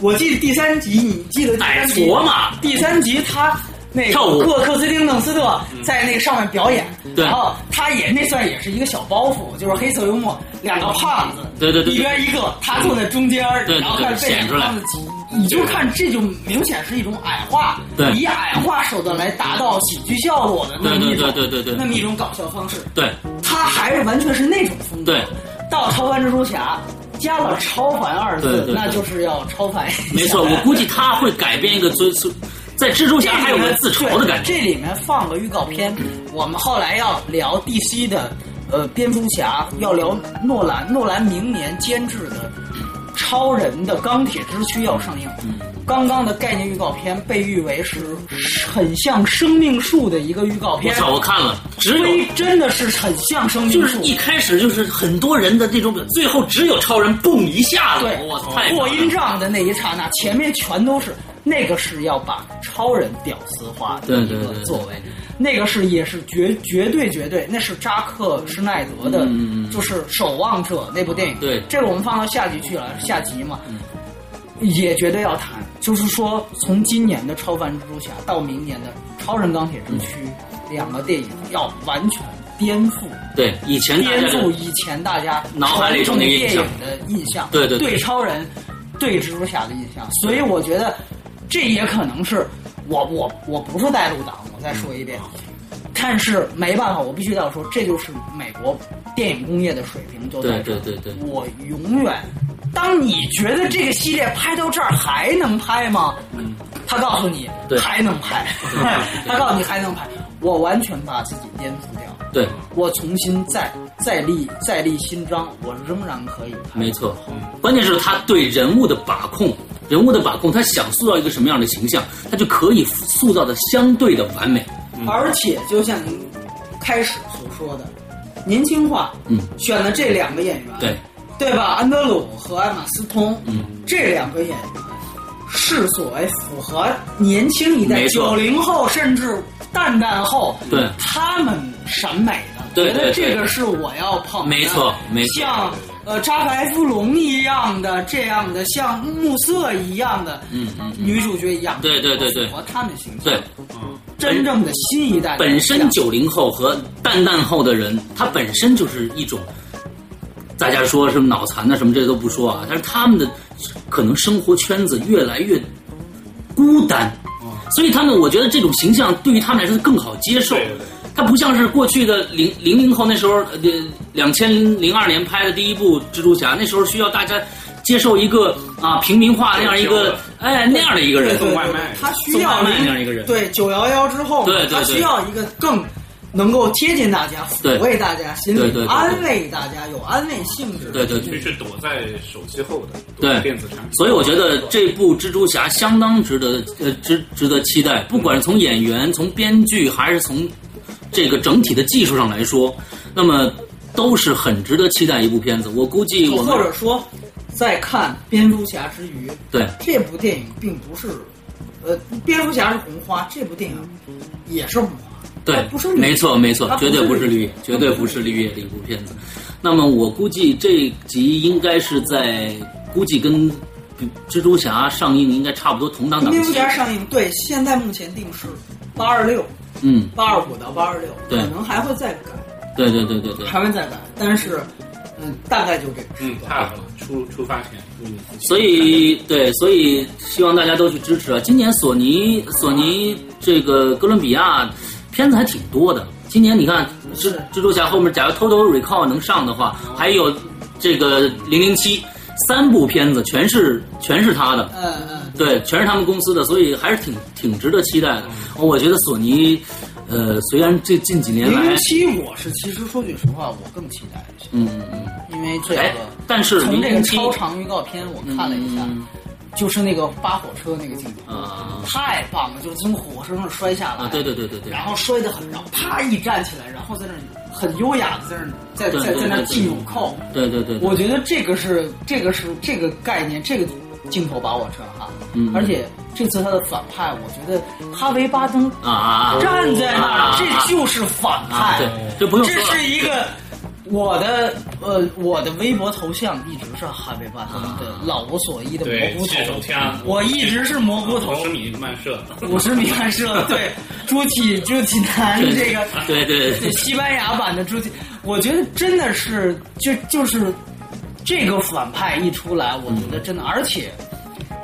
S8: 我记得第三集，你记得第三集
S5: 哎琢磨
S8: 第三集他那
S5: 跳舞嗯
S8: 个克克斯汀邓斯特在那个上面表演，
S5: 对
S8: 然后他也那算也是一个小包袱，就是黑色幽默，两个胖子，
S5: 对对对
S8: 一边一个，他坐在中间儿，
S5: 对对对
S8: 然后看被
S5: 显出来
S8: 胖子挤你就看这就明显是一种矮化，
S5: 对
S8: 以矮化手段来达到喜剧效果的那么一
S5: 对对
S8: 种，
S5: 对对对对
S8: 那么一种搞笑方式，
S5: 对
S8: 他还是完全是那种风格。
S5: 对，
S8: 到超凡蜘蛛侠加了“超凡”二字，
S5: 对对对
S8: 那就是要超凡一下。
S5: 没错，我估计他会改变一个最最，在蜘蛛
S8: 这
S5: 侠还有
S8: 里
S5: 个
S8: 面
S5: 自嘲的感觉。
S8: 对这里面放个预告片，我们后来要聊 DC 的呃蝙蝠侠，要聊诺兰，诺兰明年监制的《超人的钢铁之躯》要上映。
S5: 嗯
S8: 刚刚的概念预告片被誉为是很像生命树的一个预告
S5: 我
S8: 片，
S5: 操，我看了，只有
S8: 非真的是很像生命树，
S5: 就是一开始就是很多人的那种，最后只有超人蹦一下子
S8: 对，，
S5: 我操，太
S8: 过
S5: 爽了
S8: 阴障的那一刹那，前面全都是那个是要把超人屌丝化的
S5: 对
S8: 一
S5: 对对
S8: 个
S5: 对
S8: 作为，那个是也是绝绝对绝对，那是扎克施耐德
S5: 嗯
S8: 的，就是《守望者》那部电影。
S5: 对嗯
S8: 这个我们放到下集去了，下集嘛，也绝对要谈。就是说，从今年的《超凡蜘蛛侠》到明年的《超人钢铁之躯》，
S5: 嗯
S8: 两个电影要完全颠覆
S5: 对，以前大
S8: 颠
S5: 家
S8: 覆以前大家
S5: 脑海里头
S8: 传
S5: 那
S8: 统
S5: 个印
S8: 电
S5: 象
S8: 影的印象，
S5: 对对对
S8: 对超人、对蜘蛛侠的印象，所以我觉得这也可能是我我我不是带路党，我再说一遍，
S5: 嗯
S8: 但是没办法，我必须要说，这就是美国电影工业的水平就在这儿。
S5: 对对对对
S8: 我永远，当你觉得这个系列拍到这儿还能拍吗？他告诉你
S5: 嗯对
S8: 还能 拍， 他告诉你还能拍，我完全把自己颠覆掉。
S5: 对，
S8: 我重新再再立再立新章，我仍然可以拍。
S5: 没错，关键是他对人物的把控，人物的把控，他想塑造一个什么样的形象，他就可以塑造的相对的完美。
S8: 而且就像您开始所说的，年轻化，
S5: 嗯，
S8: 选了这两个演员，
S5: 对，
S8: 对吧？安德鲁和艾玛斯通，
S5: 嗯，
S8: 这两个演员是所谓符合年轻一代
S5: 没错
S8: 九零后甚至蛋蛋后，
S5: 对
S8: 他们审美的，
S5: 对
S8: 觉得
S5: 对
S8: 这个
S5: 对
S8: 是我要捧的，
S5: 没错没错
S8: 像呃扎克埃夫隆一样的这样的，像暮色一样的，
S5: 嗯嗯嗯
S8: 女主角一样的，
S5: 对对对对
S8: 符合他们形象，
S5: 对，
S8: 真正的新一代的
S5: 本
S8: 偶
S5: 身
S8: 像
S5: 九零后和蛋蛋后的人，他本身就是一种，大家说什么脑残的什么这些都不说啊，但是他们的可能生活圈子越来越孤单，所以他们我觉得这种形象对于他们来说更好接受
S6: 对对对。
S5: 他不像是过去的零零零后那时候，呃，两千零二年拍的第一部蜘蛛侠，那时候需要大家接受一个啊平民化那样一个哎那样的一个人，
S8: 对
S6: 送外卖
S8: 他需
S5: 送
S8: 要
S5: 外卖
S8: 一
S5: 那样一个人
S8: 对九幺幺之后，
S5: 对对对
S8: 他需要一个更能够贴近大家、
S5: 对
S8: 抚慰大家心
S5: 对对对
S8: 里、
S5: 对
S8: 安慰大家、有安慰性质。
S5: 对对对
S6: 去。是躲在手机后的，躲
S5: 对
S6: 在电子产品。
S5: 所以我觉得这部蜘蛛侠相当值得呃值值得期待，不管是从演员、从编剧，还是从这个整体的技术上来说，那么都是很值得期待一部片子。我估计我们
S8: 或者说，在看蝙蝠侠之余，
S5: 对
S8: 这部电影并不是，呃，蝙蝠侠是红花，这部电影也是红花。
S5: 对
S8: 不是，绿啊
S5: 没错没错
S8: 它，
S5: 绝对不是绿叶，绝对不是绿叶的一部片子。那么我估计这集应该是在估计跟蜘蛛侠上映应该差不多同档档
S8: 零
S5: 期。
S8: 家上映，对，现在目前定是八二六、
S5: 嗯，
S8: 八二五到八二六，
S5: 对
S8: 可能还会再改，
S5: 对对对对对。
S8: 还会再改，但是，嗯，大概就这个。
S6: 嗯，太好了，出出发前祝你自己
S5: 所以对，所以希望大家都去支持啊！今年索尼索尼这个哥伦比亚片子还挺多的。今年你看蜘蜘蛛侠后面，假如 Total Recall 能上的话，还有这个零零七三部片子全是全是他的，
S8: 嗯嗯，
S5: 对，全是他们公司的，所以还是挺挺值得期待的。
S8: 嗯
S5: 我觉得索尼，呃，虽然这近几年
S8: 零
S5: 来
S8: 零，七我是其实说句实话，我更期待一些，
S5: 嗯嗯嗯，
S8: 因为这
S5: 哎
S8: 个，
S5: 但是
S8: 从
S5: 零
S8: 这个
S5: 零七嗯
S8: 超长预告片我看了一下，就是那个扒火车那个镜头，
S5: 啊
S8: 太棒了，就是从火车上摔下来，
S5: 啊，对对对对对，
S8: 然后摔得很，然后啪一站起来，然后在那儿很优雅的在那儿在
S5: 对
S8: 在
S5: 对
S8: 在那儿
S5: 对
S8: 系纽扣，
S5: 对对对，对
S8: 我觉得这个是这个是这个概念，这个镜头把我震撼了。
S5: 嗯
S8: 而且这次他的反派，我觉得哈维巴登
S5: 啊啊啊，
S8: 站在那儿，
S5: 啊
S8: 这就是反派。
S5: 啊，对，这不用说
S8: 这
S5: 了。
S8: 是一个我的呃，我的微博头像一直是哈维巴登的老无所依的
S6: 对
S8: 蘑菇头
S6: 血手枪，
S8: 我一直是 蘑菇头
S6: 五，十米漫射，
S8: 五十米暗射，对，朱体朱体男
S5: 对
S8: 这个。
S5: 对对对
S8: 对西班牙版的朱迪，我觉得真的是就就是这个反派一出来，我觉得真的，而且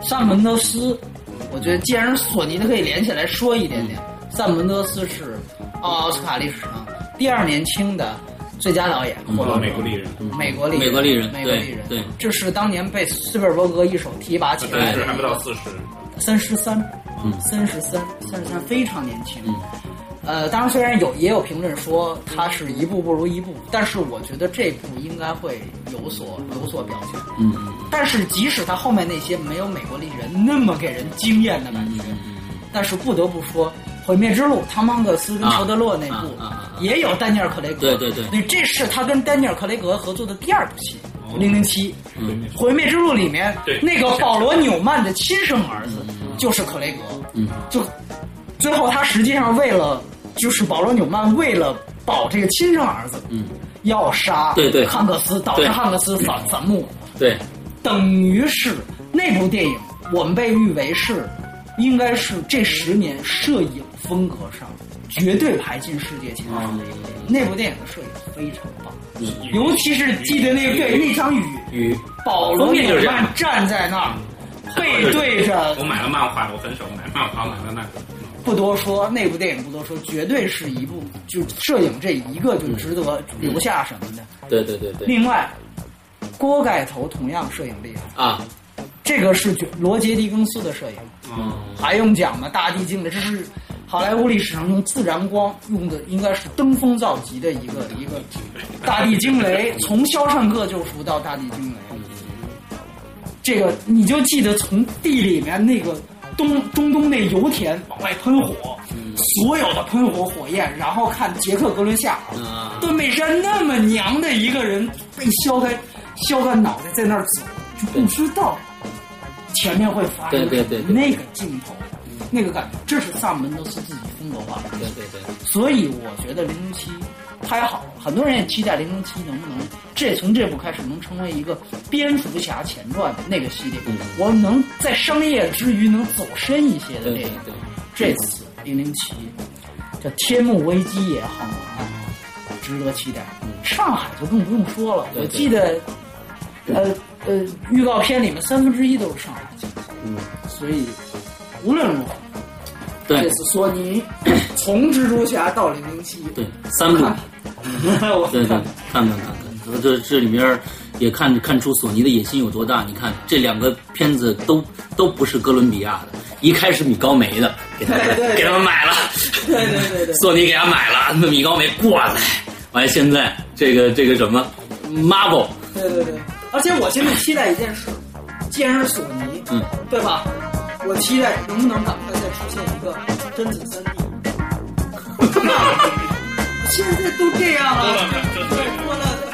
S8: 萨门德斯，我觉得既然索尼的可以连起来说一点点，萨门德斯是奥斯卡历史上第二年轻的最佳导演，
S6: 获
S8: 或
S6: 得
S8: 者
S6: 嗯美国丽人，
S8: 美国丽
S5: 美国丽人
S8: 美国
S5: 对
S8: 丽人，
S5: 对
S8: 这是当年被斯皮尔伯格一手提拔起来
S6: 但
S8: 的
S6: 是还不到四十，
S8: 三十三，
S5: 嗯
S8: 三十三，三十三非常年轻。呃，当然，虽然有也有评论说他是一步不如一步，但是我觉得这部应该会有所有所表现。
S5: 嗯嗯
S8: 但是即使他后面那些没有美国丽人那么给人惊艳的感觉，
S5: 嗯
S8: 但是不得不说，《毁灭之路》汤姆汉克斯跟
S5: 啊
S8: 裘德洛那部、
S5: 啊啊啊啊
S8: 也有丹尼尔·克雷格，
S5: 对对对
S8: 那这是他跟丹尼尔·克雷格合作的第二部戏，《零零七》。
S5: 哦嗯
S8: 《毁灭之路》里面
S6: 对
S8: 那个保罗纽曼的亲生儿子就是克雷格，
S5: 嗯
S8: 就最后他实际上为了就是保罗纽曼为了保这个亲生儿子，
S5: 嗯，
S8: 要杀
S5: 对对
S8: 汉克斯，导
S5: 对
S8: 致汉克斯反反目，
S5: 对，
S8: 等于是那部电影我们被誉为是应该是这十年摄影风格上绝对排进世界前十的一部电影。那部电影的摄影非常棒，尤其是记得那个对那场雨
S5: 雨
S8: 保罗纽曼站在那儿，背对着
S6: 我买了漫画，我很少买漫画，买了那个，
S8: 不多说，那部电影不多说，绝对是一部就摄影这一个就值得留下什么的。
S5: 对对对对
S8: 另外，锅盖头同样摄影厉害，
S5: 啊，
S8: 这个是绝罗杰·狄更斯的摄影，
S6: 嗯，
S8: 还用讲吗？大地精灵，这是好莱坞历史上用自然光用的应该是登峰造极的一个一 个大地惊雷，从《肖申克救赎》到《大地惊雷》，这个你就记得从地里面那个东中东那油田往外喷火，
S5: 嗯
S8: 所有的喷火火焰，然后看杰克·格伦夏尔
S5: 啊
S8: 断背山那么娘的一个人被削开削干脑袋在那儿走，就不知道前面会发生什么。
S5: 对对对对
S8: 那个镜头，那个感觉，这是萨门德斯自己风格化的。
S5: 对对对，
S8: 所以我觉得零零七拍好了，很多人也期待零零七能不能这从这部开始能成为一个蝙蝠侠前传的那个系列，
S5: 嗯
S8: 我能在商业之余能走深一些的
S5: 对
S8: 电
S5: 对
S8: 影。
S5: 对，
S8: 这次零零七这天幕危机也好啊，值得期待。上海就更不用说了，
S5: 对
S8: 我记得，呃呃，预告片里面三分之一都是上海景色，
S5: 嗯
S8: 所以无论如何，
S5: 对
S8: 这次索尼从蜘蛛侠到零零七，
S5: 对三部，
S8: 我
S5: 对对，看看看看，这这里面也看看出索尼的野心有多大。你看这两个片子都都不是哥伦比亚的，一开始米高梅的给他
S8: 对对对
S5: 给他们买了，
S8: 对对对对，
S5: 索尼给他买了，那米高梅过来，完了现在这个这个什么 Marvel，
S8: 对对对，而且我现在期待一件事，既然是索尼，
S5: 嗯，
S8: 对吧？我期待能不能赶快再出现一个真子三 D。现在都这样了，
S6: 真的
S8: 对，过了。